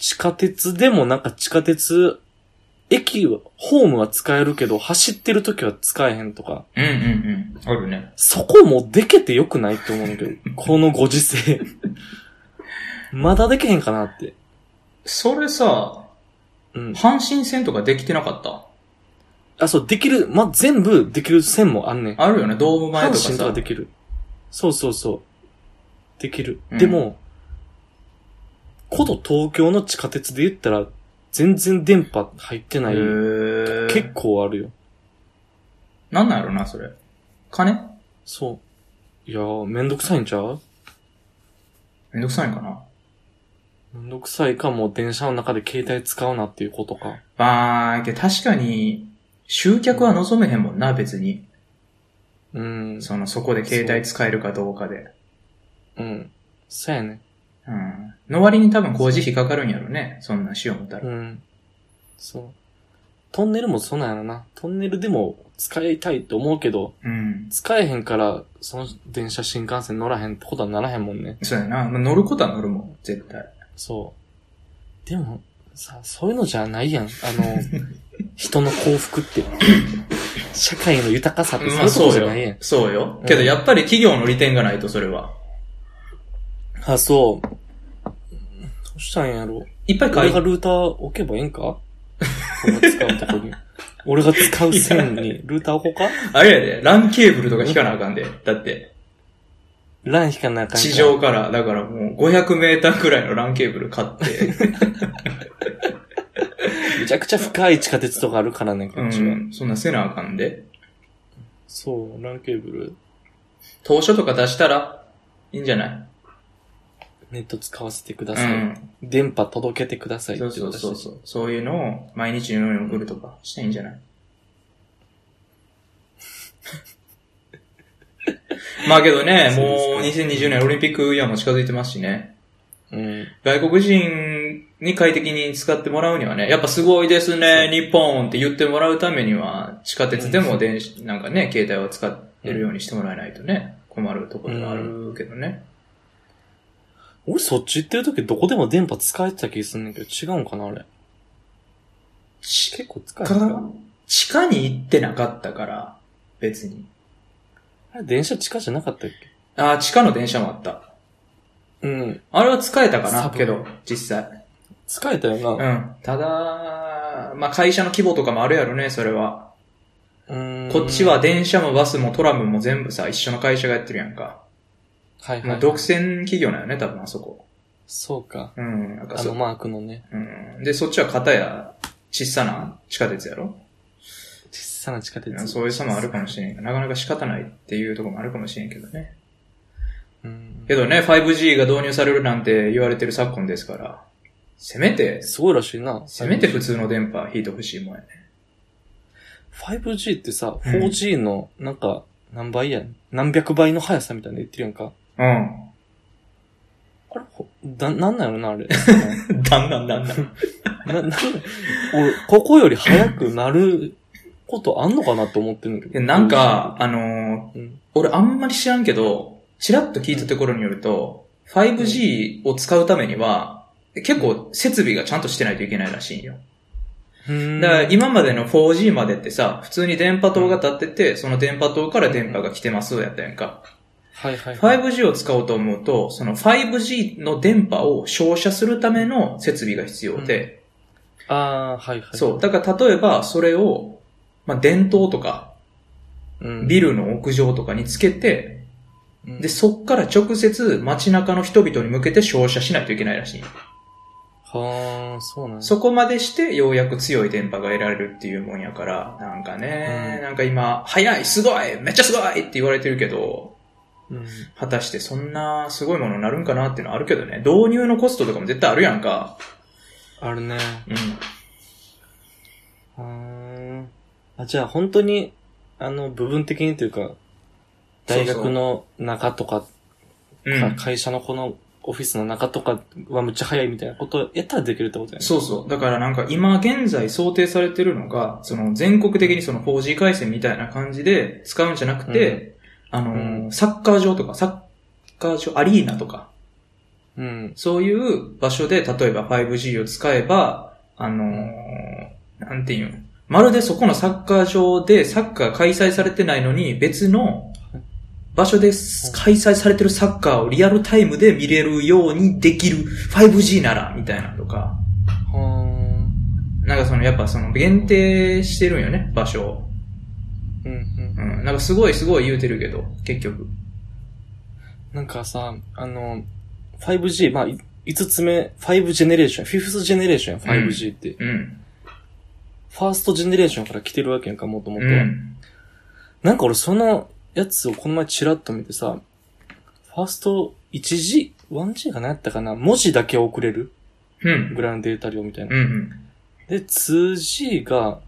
S2: 地下鉄でもなんか地下鉄、駅は、ホームは使えるけど、走ってる時は使えへんとか、
S1: うん。うん。うん。あるね。
S2: そこもでけてよくないって思うんだけど、このご時世。まだでけへんかなって。
S1: それさ、
S2: うん。
S1: 阪神戦とかできてなかった
S2: あ、そう、できる、ま、全部できる線もあんねん。
S1: あるよね、ドーム前と
S2: 阪
S1: か
S2: 神と
S1: さ
S2: か。できる。そうそうそう。できる。
S1: うん
S2: でも、こと東京の地下鉄で言ったら、全然電波入ってない。結
S1: 結構。
S2: 構あるよ。
S1: なんなんやろな、それ。金
S2: そう。いやー、めんどくさいんちゃう
S1: めんどくさいんかな
S2: めんどくさいかも、電車の中で携帯使うなっていうことか。
S1: まあ、けど確かに、集客は望めへんもんな、別に。
S2: うん。
S1: その、そこで携帯使えるかどうかで。
S2: うん。そうやね。
S1: うん。の割に多分工事費かかるんやろね。そんなんしよう思ったら
S2: う。ん。そう。トンネルもそうなんやろな。トンネルでも使いたいと思うけど、
S1: うん。
S2: 使えへんから、その電車新幹線乗らへんってことはならへんもんね。
S1: そうやな。まあ乗ることは乗るもん、絶対。
S2: そう。でも、さ、そういうのじゃないやん。あ の、人の幸福って。社会の豊かさってそういうことじゃないやん。
S1: そうよ
S2: うん。
S1: けど、やっぱり企業の利点がないと、それは。
S2: あ、そう。どうしたんやろ
S1: いっぱい
S2: 俺
S1: 買い
S2: が、ルーター置けばええんかこの使うとこ に。俺が使う線に、ルーター置こうか
S1: あれやで、ランケーブルとか引かなあかんで。だって、
S2: ラン引かなあかんから。
S1: 地上から、だからもう500メーターくらいのランケーブル買って、
S2: めちゃくちゃ深い地下鉄とかあるからね、 こ
S1: う
S2: っちは。
S1: ん、そんなせなあかんで。
S2: そう、ランケーブル、
S1: 当初とか出したら、いいんじゃない
S2: ネット使わせてくだ
S1: う
S2: さい。
S1: ん。
S2: 電波届けてくださいって
S1: そう
S2: 私
S1: そうそう
S2: たち
S1: そう。そういうのを毎日のように送るとかしたいんじゃない まあけどね、
S2: そうですか
S1: もう2020年オリンピックイヤーも近づいてますしね。
S2: うん。
S1: 外国人に快適に使ってもらうにはね、やっぱすごいですね、日本って言ってもらうためには、地下鉄でも電子、なんかね、携帯を使ってるようにしてもらえないとね、困るところがあるけどね。
S2: 俺そっち行ってる時どこでも電波使えてた気がするんだけど、違うんかな、あれ。
S1: 地
S2: 結構使え
S1: 下
S2: てたか
S1: 地下に行ってなかったから、別に。
S2: あれ電車地下じゃなかったっ
S1: あー地下の電車もあった。
S2: けうん。
S1: あれは使えたか
S2: サ
S1: な
S2: ブ
S1: けど、実際。
S2: 使えたよ
S1: う
S2: な。
S1: ん。ただ、まあ、会社の規模とかもあるやろね、それは。
S2: うん。
S1: こっちは、電車もバスもトラムも全部さ、一緒の会社がやってるやんか。
S2: はいは
S1: もう
S2: い。
S1: 独占企業なんよね、多分あそこ。
S2: そうか。
S1: うん、なんか
S2: あ
S1: そ
S2: の
S1: う。
S2: マークのね、
S1: うん。で、そっちは片や、小さな地下鉄やろ
S2: 小さな地下
S1: うん
S2: 鉄。
S1: そういう差もあるかもしれんけど、なかなか仕方ないっていうところもあるかもしれんけどね。
S2: うん。
S1: けどね、5G が導入されるなんて言われてる昨今ですから、せめて、
S2: すごいらしいな。
S1: せめて普通の電波引いてほしいもんやね。
S2: 5G ってさ、
S1: うん
S2: 4G の、なんか、何倍やん。何百倍の速さみたいなの言ってるやんか。あれ、ほだ、なんなんやろな、あれ。
S1: うん。だんだんだんだん。
S2: な、なん、俺、ここより速くなることあんのかなと思ってるんだけ
S1: で
S2: ど。
S1: なんか、、あのー
S2: うん。
S1: 俺あんまり知らんけど、ちらっと聞いたところによると、5G を使うためには、結構設備がちゃんとしてないといけないらしいんよ。
S2: うん
S1: だから今までの 4G までってさ、普通に電波塔が立ってて、その電波塔から電波が来てますやったやんか。
S2: はいはいはい。
S1: 5G を使おうと思うと、その 5G の電波を照射するための設備が必要で、
S2: ああー、はいはい。
S1: そう。だから例えばそれを、まあ、電灯とか、
S2: うん。
S1: ビルの屋上とかにつけて、
S2: うん
S1: で、そっから直接街中の人々に向けて照射しないといけないらしい。
S2: はあ、そうなんや
S1: そこまでしてようやく強い電波が得られるっていうもんやから、なんかね、
S2: うん
S1: なんか今、早いすごいめっちゃすごいって言われてるけど、
S2: うん。
S1: 果たしてそんなすごいものになるんかなっていうのはあるけどね、導入のコストとかも絶対あるやんか。
S2: あるね。
S1: うん。
S2: うーん。あ、じゃあ本当に、あの、部分的にというか、大学の中とか、
S1: う
S2: か
S1: ん。
S2: 会社のこのオフィスの中とかはむっちゃ早いみたいなことをやったらできるってことやね。
S1: そうそう。だからなんか今現在想定されてるのが、その全国的にその 4G 回線みたいな感じで使うんじゃなくて、あのー
S2: う
S1: サッカー場とか、サッカー場、アリーナとか、
S2: うん。
S1: そういう場所で例えば 5G を使えば、あのーなんていうのまるでそこのサッカー場でサッカーが開催されてないのに別の場所で開催されてるサッカーをリアルタイムで見れるようにできる 5G ならみたいなのとか、
S2: は
S1: なんかその、やっぱその、限定してるんよね、場所を。
S2: ーうんうん
S1: う。ん。なんかすごいすごい言うてるけど、結局。
S2: なんかさ、あの、5G、まあ、い5つ目、5ジェネレーション、5th ジェネレーションや、5G って。
S1: うん。
S2: ファーストジェネレーションから来てるわけやんか、もとも
S1: う
S2: とは。
S1: ん。
S2: なんか俺そのやつをこの前チラッと見てさ、ファースト 1G、1G が何やったかな文字だけ送れる
S1: うん。
S2: ぐらいのデータ量みたいな。
S1: うん。
S2: で、2G が、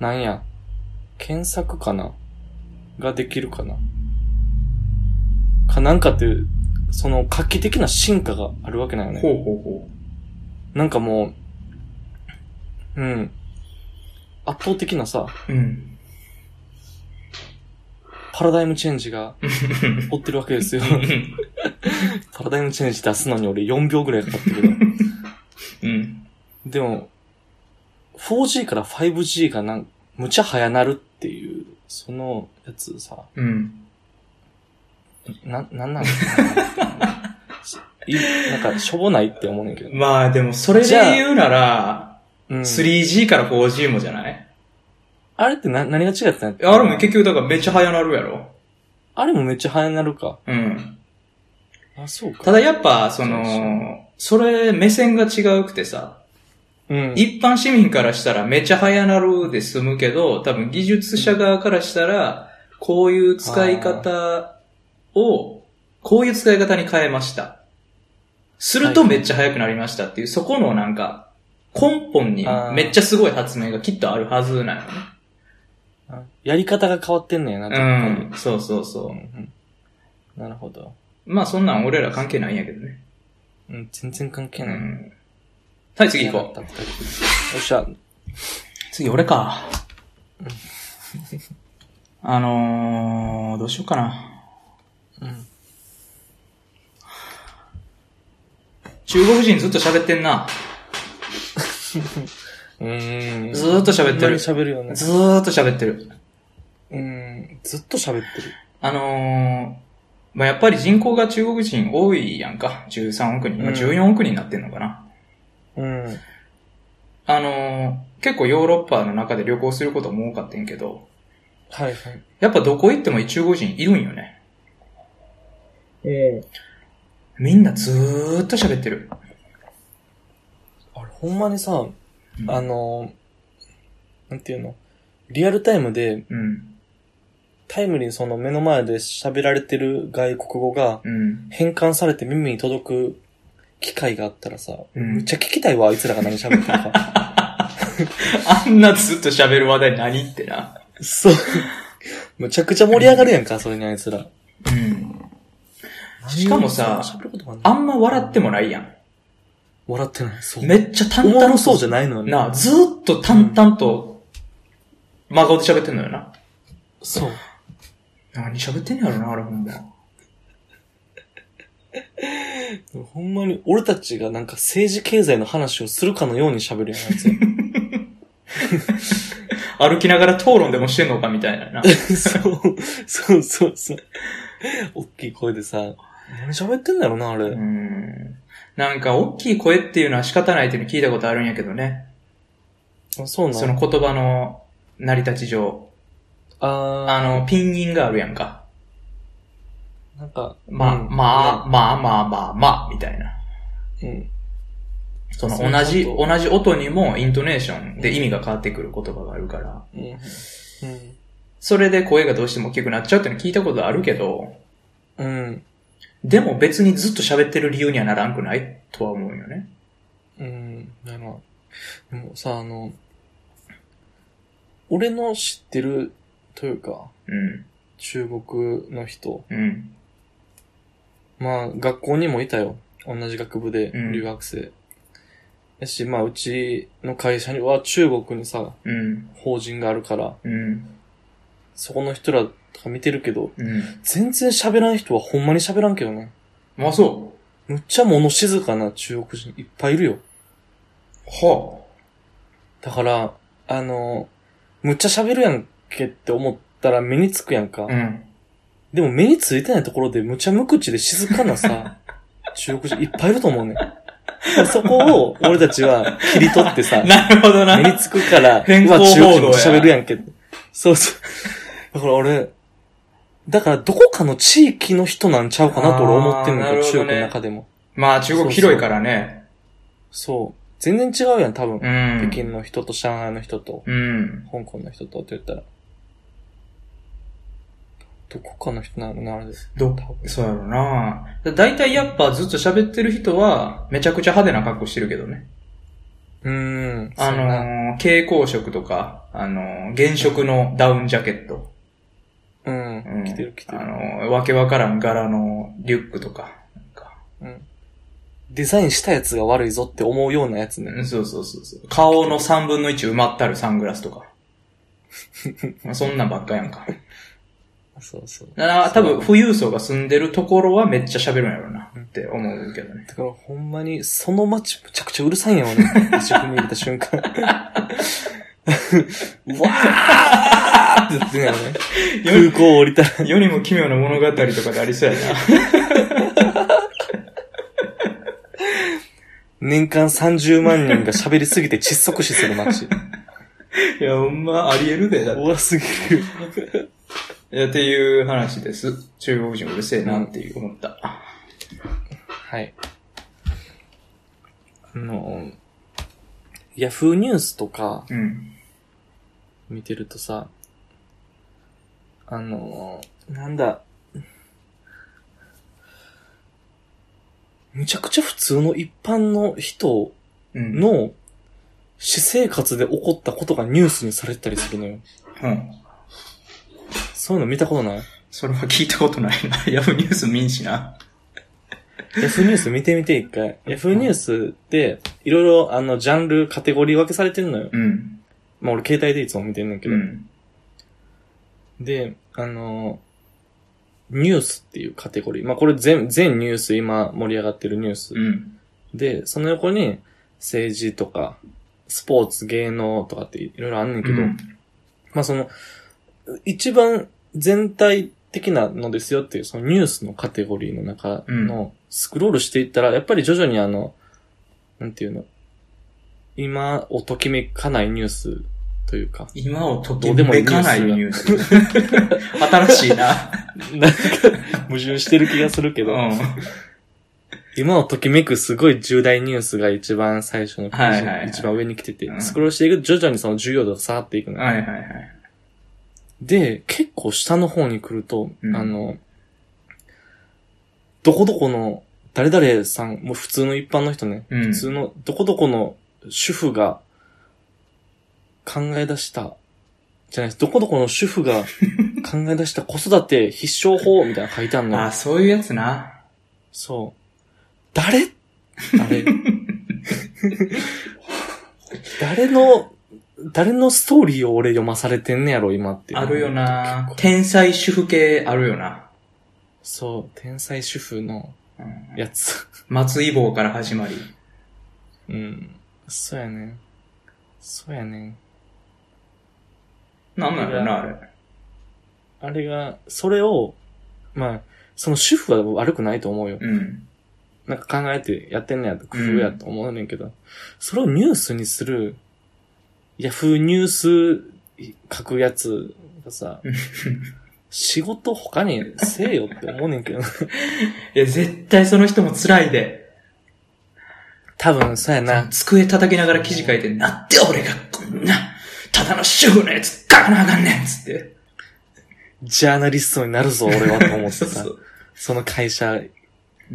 S2: なんや、検索かなができるかなかなんかっていう、その画期的な進化があるわけなんよね。
S1: ほうほうほ
S2: なんかもう、うん。圧倒的なさ、
S1: う。うん。
S2: パラダイムチェンジ が起こってるわけですよ。パラダイムチェンジ出すのに俺4秒ぐらいかかったけど。
S1: うん。
S2: でも、4G から 5G がなん、むちゃ早なるっていう、そのやつさ、
S1: うん。
S2: な、なんな のいなんか、しょぼないって思うねんけど。
S1: まあでも、それで言うなら、
S2: うん。
S1: 3G から 4G もじゃない
S2: あれってな、何が違ったんや
S1: あれも結局だからめっちゃ早なるやろ。
S2: あれもめっちゃ早なるか。
S1: うん。
S2: あ、そうか。
S1: ただやっぱ、そ
S2: そうそう
S1: の、それ目線が違うくてさ、
S2: うん。
S1: 一般市民からしたらめっちゃ早なるで済むけど、多分技術者側からしたら、こういう使い方を、こういう使い方に変えました。するとめっちゃ早くなりましたっていう、そこのなんか、根本に
S2: あー
S1: めっちゃすごい発明がきっとあるはずなのね。
S2: やり方が変わってんのやな、
S1: うん。そうそう
S2: う
S1: そう。
S2: んうん。なるほど。
S1: まあそんなん俺ら関係ないんやけどね。
S2: うん、全然関係
S1: う
S2: ない。
S1: ん。はい、次行こう。
S2: よっしゃ。
S1: 次俺か。あのー、どうしようかな。
S2: うん。
S1: 中国人ずっと喋ってんな。
S2: うーん。
S1: ずーっと喋ってる。ず
S2: ほんまに喋るよね。
S1: ーっと喋ってる。
S2: うん。ずっと喋ってる。
S1: あのー、まあ、やっぱり人口が中国人多いやんか。13億人。まあ、
S2: うん
S1: 14億人になってんのかな。
S2: うん。
S1: あのー、結構ヨーロッパの中で旅行することも多かったんやけど、
S2: はいはい。
S1: やっぱどこ行っても中国人いるんよね。
S2: ええ。
S1: みんなずーっと喋ってる。
S2: あれ、ほんまにさ、
S1: うん
S2: あのー、なんていうのリアルタイムで、
S1: うん。
S2: タイムリーにその目の前で喋られてる外国語が
S1: うん。
S2: 変換されて耳に届く機会があったらさ、
S1: うん
S2: めっちゃ聞きたいわ、あいつらが何喋ってるか。
S1: あんなずっと喋る話題何ってな。
S2: そう。むちゃくちゃ盛り上がるやんか、それにあいつら。
S1: うん。しかもさ
S2: 喋ることがない
S1: あんま笑ってもないやん。
S2: 笑ってない。そう。
S1: めっちゃ淡
S2: おも
S1: 々
S2: ろ
S1: と
S2: そうじゃないのよね。
S1: なあ、ずーっと淡々と、真顔で喋ってんのよな。
S2: そう。
S1: 何喋ってんやろな、あれほんま。
S2: ほんまに、俺たちがなんか政治経済の話をするかのように喋るやん、あいつら。
S1: 歩きながら討論でもしてんのかみたいなな。
S2: そう、そうそう そう。大きい声でさ、何喋ってんだろうな、あれ。
S1: うん。なんか、大きい声っていうのは仕方ないっていうの聞いたことあるんやけどね。
S2: あそうな
S1: そ
S2: の
S1: の言葉の成り立ち上。あ
S2: あ
S1: の、ピンインがあるやんか。
S2: ー、なんか、
S1: まあ、
S2: うん
S1: まあ、まあ、まあ、まあ、まあ、みたいな。
S2: うん。
S1: その
S2: そういう
S1: 同じ、
S2: こと
S1: 同じ音にもイントネーションで意味が変わってくる言葉があるから。
S2: うん。うん。
S1: それで声がどうしても大きくなっちゃうっていうの聞いたことあるけど、
S2: うん。
S1: でも別にずっと喋ってる理由にはならんくないとは思うよね。
S2: うん。なるほどでもさ、あの、俺の知ってる、というか、
S1: うん。
S2: 中国の人、
S1: うん。
S2: まあ、学校にもいたよ。同じ学部で、
S1: うん
S2: 留学生。やし、まあ、うちの会社には中国にさ、
S1: うん。
S2: 法人があるから、
S1: うん。
S2: そこの人らとか見てるけど、
S1: うん。
S2: 全然喋らん人はほんまに喋らんけどね。
S1: まあそ
S2: むっちゃ物静かな中国人いっぱいいるよ。
S1: う。は
S2: だから、あの、むっちゃ喋るやんけって思ったら目につくやんか。
S1: うん。
S2: でも目についてないところでむちゃ無口で静か なさ、中国人いっぱいいると思うねん。そこを俺たちは切り取って さ、
S1: なるほどな。
S2: 目につくから、
S1: 偏向
S2: うわ中国
S1: 報道
S2: 人
S1: や
S2: 喋るやんけ。そうそう。だから俺、だからどこかの地域の人なんちゃうかなと俺思ってんだ
S1: あーなる
S2: け
S1: ほ
S2: ど、中
S1: どね
S2: 国の中でも。
S1: まあ中国広いからね。
S2: そう。全然違うやん、多
S1: う
S2: 分。
S1: ん。
S2: 北京の人と上海の人と、
S1: うん。
S2: 香港の人とって言ったら。どこかの人なのなるです。
S1: ど
S2: 多分
S1: そうやろな。だいたいやっぱずっと喋ってる人は、めちゃくちゃ派手な格好してるけどね。
S2: うーん。
S1: あ
S2: そうやな
S1: のー、蛍光色とか、あのー、原色のダウンジャケット。
S2: う。
S1: うんん
S2: 来てる来て
S1: あ
S2: る。
S1: のー、わけわからん柄のリュックとか。なんか
S2: うん。デザインしたやつが悪いぞって思うようなやつ
S1: う
S2: ね。
S1: んそうそうそうそう。顔の3分の1埋まったるサングラスとか。 まあそんなんばっかやんか。
S2: そうそう。
S1: だから多分、富裕層が住んでるところはめっちゃ喋るんやろうな、って思うけどね。
S2: だからほんまに、その街むちゃくちゃうるさいんやろね。一緒に見れた瞬 間。うわー って言ってんやろね。空港降りたら。
S1: 世にも奇妙な物語とかでありそうやな。
S2: 年間30万人が喋りすぎて窒息死する 街。
S1: いや、ほんま、ありえるで、だって。
S2: 怖すぎる。
S1: いや、っていう話です。中国人うるせえなっていう思った。
S2: はい。あの、ヤフーニュースとか
S1: うん。
S2: 見てるとさ、あの、なんだ、めちゃくちゃ普通の一般の人
S1: うん。
S2: の私生活で起こったことがニュースにされたりするのよ。
S1: うん。
S2: そういうの見たことない
S1: それは聞いたことないな。 ヤフーニュース見んしな。
S2: ヤフーニュース見てみて一回。ヤフーニュースって、いろいろあの、ジャンル、カテゴリー分けされてんのよ。
S1: うん。
S2: まあ俺携帯でいつも見てんねんけ
S1: う
S2: ど。
S1: ん。
S2: で、あの、ニュースっていうカテゴリー。まあこれ全、全ニュース今盛り上がってるニュース。
S1: うん。
S2: で、その横に政治とか、スポーツ、芸能とかっていろいろあんねんけど、
S1: うん
S2: まあその、一番全体的なのですよっていう、そのニュースのカテゴリーの中の、スクロールしていったら、やっぱり徐々にあの、なんていうの、今をときめかないニュースというか、
S1: 今をときめかないニュース。 新しいな。
S2: なんか、矛盾してる気がするけ
S1: う
S2: ど、
S1: ん。
S2: 今をときめくすごい重大ニュースが一番最初のページの、
S1: はいはいはい
S2: 一番上に来てて、
S1: うん
S2: スクロールしていくと徐々にその重要度が下がっていくの。
S1: はいはいはい。
S2: で、結構下の方に来ると、
S1: うん
S2: あの、どこどこの、誰々さん、もう普通の一般の人ね、
S1: うん
S2: 普通の、どこどこの主婦が考え出した、じゃないです、どこどこの主婦が考え出した子育て必勝法みたいなの書いてあるの。
S1: あ、そういうやつな。
S2: そう。誰 誰誰の、誰のストーリーを俺読まされてんねやろ、今って。
S1: あるよ。な。天才主婦系あるよな。
S2: そう、天才主婦の
S1: うん
S2: やつ。
S1: 松井坊から始まり。
S2: うん。そうやね。そうやね。
S1: なんなんだろうな、あれ。
S2: あれが、それを、まあ、その主婦は悪くないと思うよ。
S1: うん。
S2: なんか考えてやってんのやと、工夫やと思うねんけど、それをニュースにする、ヤフーニュース書くやつがさ、仕事他にせえよって思うねんけど、
S1: いや、絶対その人も辛いで。
S2: 多分そうやな。
S1: 机叩きながら記事書いて、なんで俺がこんな、ただの主婦のやつ書かなあかんねんっつって。
S2: ジャーナリストになるぞ、俺はと思って
S1: そ
S2: さ、
S1: う
S2: そ
S1: そう。
S2: の会社、
S1: うん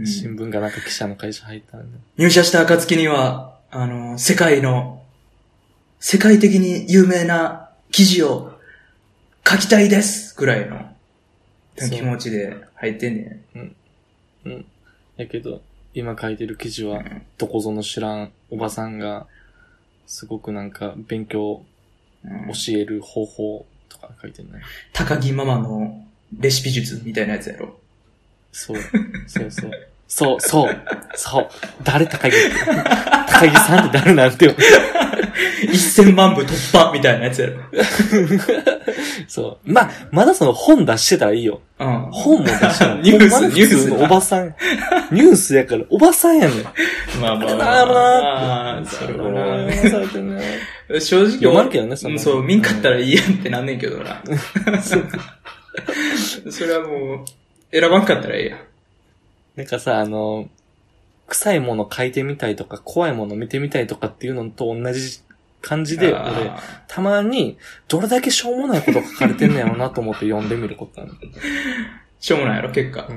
S2: 新聞がなんか記者の会社入ったんで。
S1: 入社した暁には、あの、世界の、世界的に有名な記事を書きたいですぐらいの
S2: そう
S1: 気持ちで入ってんね
S2: やけど、今書いてる記事は、どこぞの知らんおばさんが、すごくなんか勉強
S1: ん。うん
S2: 教える方法とか書いてない。
S1: 高木ママのレシピ術みたいなやつやろ。
S2: そう、そうそう。そう、そう、そう。誰高木高木さんって誰なんてよ。
S1: 1000万部突破みたいなやつやろ。
S2: そう。まあ、まだその本出してたらいいよ。
S1: うん。
S2: 本も出してた
S1: ニュース
S2: ほんまの普通のおばさん。ニュースやから、おばさんやねん。
S1: まあまあ
S2: なる
S1: まあ。
S2: そ
S1: そうれ
S2: だ
S1: は
S2: な
S1: な
S2: されてんな
S1: 正直。
S2: 読まんけどねそ
S1: そ
S2: んなの
S1: そう、見んかったらいいやんってなんねんけどな。 それはもう、選ばんかったらええやん。
S2: なんかさ、あの、臭いもの書いてみたいとか、怖いもの見てみたいとかっていうのと同じ感じで、
S1: あ
S2: 俺、
S1: ー
S2: たまに、どれだけしょうもないこと書かれてんのやろなと思って読んでみることある。
S1: しょうもないやろ、結果。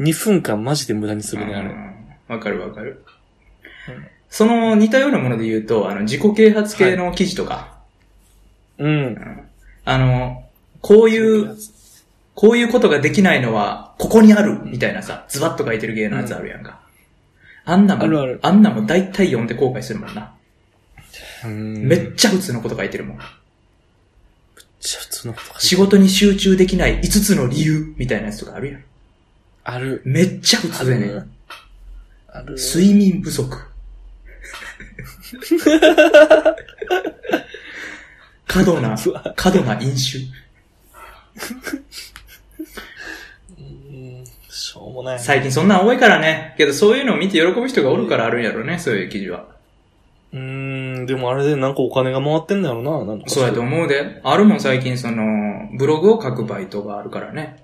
S2: 2分間マジで無駄にするね、あ
S1: う
S2: れ。
S1: んわかるわかる
S2: うん。
S1: その似たようなもので言うと、あの、自己啓発系の記事とか、
S2: うん。
S1: あの、こういう、こういうことができないのは、ここにあるみたいなさ、ズバッと書いてる系のやつあるやんか。あんなもん、
S2: あるある
S1: んなもん大体読んで後悔するもんな。
S2: うん。
S1: め
S2: めっ
S1: っちゃ普通のこと書いてるもん。
S2: ちゃ普通のこと書いて
S1: 仕事に集中できない5つの理由みたいなやつとかあるやん。
S2: ある。
S1: めっちゃ普通やねん。
S2: ある。
S1: 睡眠不足。過度な、過度な飲酒。
S2: うんしょうもない。
S1: 最近そんなん多いからね。けどそういうのを見て喜ぶ人がおるからあるんやろね、そういう記事は。
S2: うーん、でもあれでなんかお金が回ってんだろうな、なんか。
S1: そうやと思うで。あるもん最近その、ブログを書くバイトがあるからね。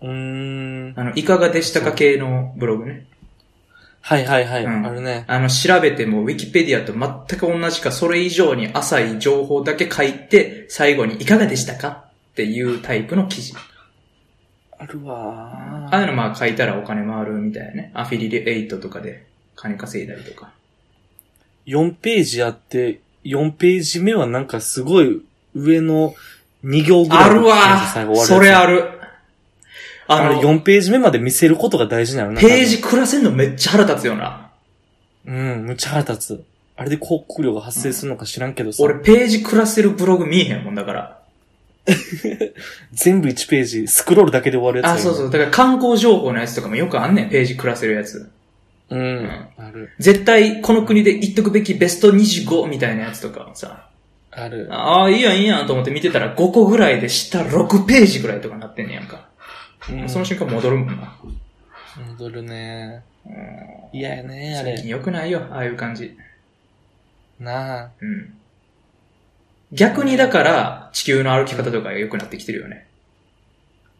S2: うーん。
S1: あの、いかがでしたか系のブログね。
S2: はいはいはい、
S1: うん
S2: あるね。
S1: あの、調べてもウィキペディアと全く同じか、それ以上に浅い情報だけ書いて、最後にいかがでしたかっていうタイプの記事。
S2: あるわ
S1: ああいうのまあ書いたらお金回るみたいなね。アフィリエイトとかで金稼いだりとか。
S2: 4ページあって、4ページ目はなんかすごい上の2行ぐらい
S1: あるわ
S2: 最後終わ
S1: そ
S2: る
S1: れ
S2: やつ
S1: ある。あ
S2: あれ
S1: の、
S2: 4ページ目まで見せることが大事なのね。
S1: ページ暮らせんのめっちゃ腹立つよな。
S2: うん、むっちゃ腹立つ。あれで広告料が発生するのか知らんけどさ。
S1: 俺ページ暮らせるブログ見えへんもんだから。
S2: 全部1ページ、スクロールだけで終わるやつ。
S1: あ、そうそうう。だから観光情報のやつとかもよくあんねん。ページ暮らせるやつ。
S2: うん。
S1: ん
S2: ある。
S1: 絶対この国で言っとくべきベスト25みたいなやつとかさ。
S2: ある。
S1: ああ、いいやんいいやんと思って見てたら5個ぐらいで下6ページぐらいとかなってんねやんか。
S2: うん
S1: その瞬間戻るもんな。
S2: 戻るね。嫌やね、あ
S1: 最近
S2: れ。
S1: 良くないよ、ああいう感じ。
S2: なあ。
S1: うん。逆にだから、地球の歩き方とかが良くなってきてるよね。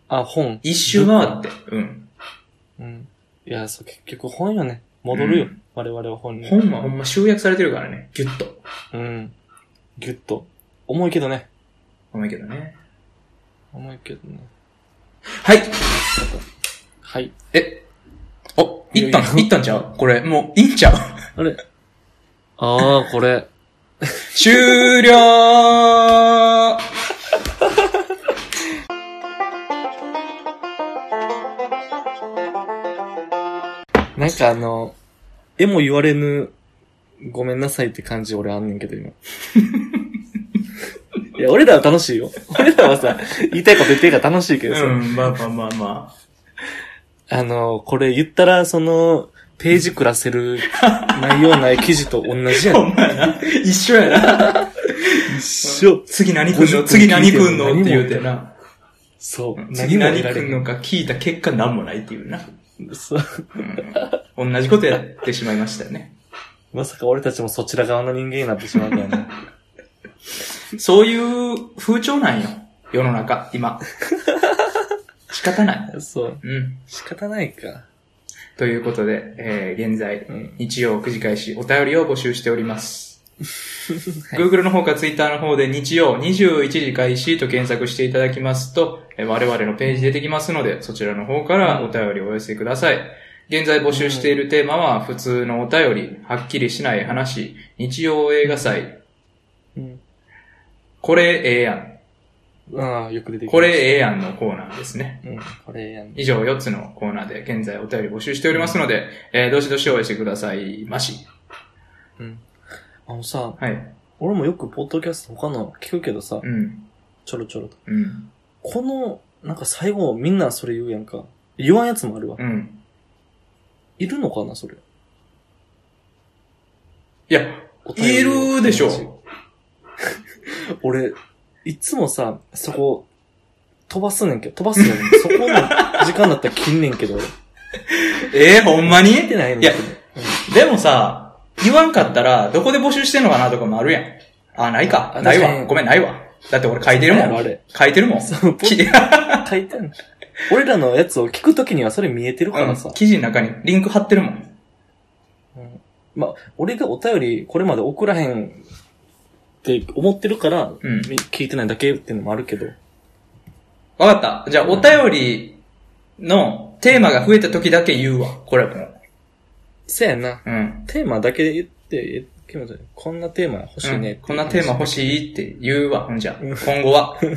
S2: あ、本。
S1: 一周回って。うん。
S2: うん。いや、そう、結局本よね。戻るよ。
S1: うん
S2: 我々は本に。
S1: 本はほんま集約されてるからね。ギュッと。
S2: うん。ぎゅっと。重いけどね。
S1: 思うけどね。
S2: 重いけどね。
S1: はい
S2: はい。
S1: え、お、いった
S2: いや
S1: ん、
S2: いや
S1: いったんちゃうこれ、もう、いいん ちゃう
S2: あれああ、これ。
S1: 終了
S2: なんかあの、えも言われぬ、ごめんなさいって感じ俺あんねんけ ど今。いや、俺らは楽しいよ。俺らはさ、言いたいこと言ってるから楽しいけどさ、
S1: うん、まあまあまあま
S2: あの、これ言ったら、その、ページ暮らせる内容ない記事と同じ や
S1: あ。ほ
S2: ん。
S1: んまやな。一緒やな。
S2: 一緒。
S1: 次何くんの次何くんのって言うてな。
S2: そう。
S1: 次何くん
S2: の
S1: のか聞いた結果何もないっていうな。
S2: そう。
S1: うん同じことやってしまいましたよね。
S2: まさか俺たちもそちら側の人間になってしまうとはね。
S1: そういう風潮なんよ。世の中、今。仕方ない。
S2: そう。
S1: うん。
S2: 仕方ないか。
S1: ということで、えー現在、
S2: うん
S1: 日曜9時開始、お便りを募集しております。Google の方か Twitter の方で日曜21時開始と検索していただきますと、えー我々のページ出てきますので、そちらの方からお便りをお寄せください。現在募集しているテーマは、普通のお便り、はっきりしない話、日曜映画祭、
S2: うん。
S1: これええやん、
S2: ああ、よく出てき
S1: こ
S2: ました
S1: れええやんのコーナーですね。
S2: うん、これやん。
S1: 以上4つのコーナーで現在お便り募集しておりますので、えーどしどし応援してくださいまし。
S2: うん。あのさ、
S1: はい。
S2: 俺もよくポッドキャスト他の聞くけどさ
S1: う、ん。
S2: ちょろちょろと。
S1: うん。
S2: この、なんか最後みんなそれ言うやんか。言わんやつもあるわ。
S1: うん。
S2: いるのかな、それ。
S1: いや、
S2: お便り
S1: いるでしょ。
S2: 俺、いつもさ、そこ、飛ばすねんけど、飛ばすねん けど、そこの時間だったら切んねんけど、俺
S1: えー、ほんまに
S2: 見てないの
S1: いや、でもさ、言わんかったら、どこで募集してんのかなとかもあるやん。あ、ないか。
S2: あ
S1: ない
S2: 確か
S1: わ。
S2: に
S1: ごめん、ないわ。だって俺書いてるも
S2: ないわあ
S1: ん
S2: れ。
S1: 書いてるもん。
S2: そう
S1: き
S2: 書いてんの。俺らのやつを聞くときにはそれ見えてるか
S1: う
S2: ら
S1: ん
S2: さ。
S1: 記事の中にリンク貼ってるもん。
S2: まあ、俺がお便りこれまで送らへんって思ってるから、
S1: うん
S2: み聞いてないだけっていうのもあるけど。
S1: わかった。じゃあ、お便りのテーマが増えた時だけ言うわ。これもう。
S2: せやな。
S1: うん。
S2: テーマだけで言って、え木本さんこんなテーマ欲しいね、
S1: うんこんなテーマ欲しいって言うわ、ほんじゃ。今後は。
S2: マ。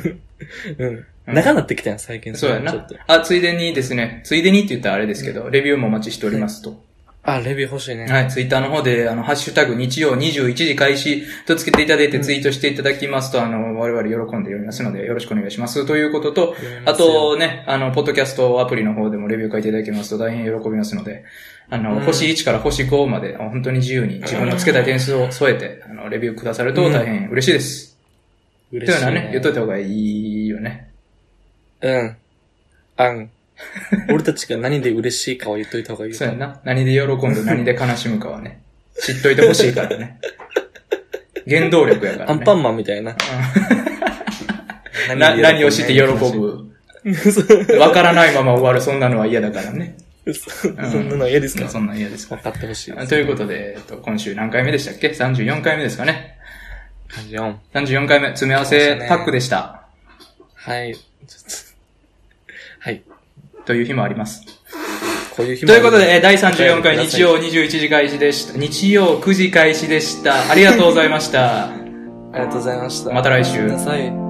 S2: うん。長なってきたやん、最近。
S1: そうや
S2: ちょっ
S1: な
S2: と。
S1: あ、ついでにですね、ついでにって言ったらあれですけど、レビューもお待ちしておりますと。
S2: あ、レビュー欲しいね。
S1: はい、ツイッターの方で、あの、ハッシュタグ日曜21時開始とつけていただいてツイートしていただきますと、あの、我々喜んで読みますので、よろしくお願いしますということと
S2: 読み、
S1: あ
S2: ますよ
S1: とね、あの、ポッドキャストアプリの方でもレビュー書いていただきますと大変喜びますので、あの、星1から星5まで、あ本当に自由に自分のつけたい点数を添えて、あの、レビューくださると大変嬉しいです。という
S2: 嬉し
S1: の
S2: い、
S1: は
S2: ね。
S1: ね、言っといた方がいいよね。
S2: うん。あん。俺たちが何で嬉しいかは言っといた方がいいよ。
S1: そうやんな。何で喜んで何で悲しむかはね、知っといてほしいからね。原動力やから、ね。
S2: アンパンマンみたいな。
S1: な
S2: で喜ぶ
S1: 何をして喜。ぶ。 わからないまま終わる、そんなのは嫌だからね。
S2: そんなの嫌ですか
S1: そんなん嫌ですか
S2: 分かってほしい
S1: ら。
S2: です。
S1: ということで、えっと、今週何回目でしたっけ ?34 回目ですかね。
S2: 34。
S1: 34回目、詰め合わ
S2: そうでし
S1: せ
S2: たね
S1: パックでした。
S2: はい。ちょっとはい。
S1: という日もあります。
S2: こういう日も
S1: と
S2: あ
S1: いう
S2: る
S1: ことで、えー第34回
S2: お便りください
S1: 日曜21時開始でした。日曜9時開始でした。ありがとうございました。
S2: ありがとうございました。
S1: また来週
S2: ごめんなさい。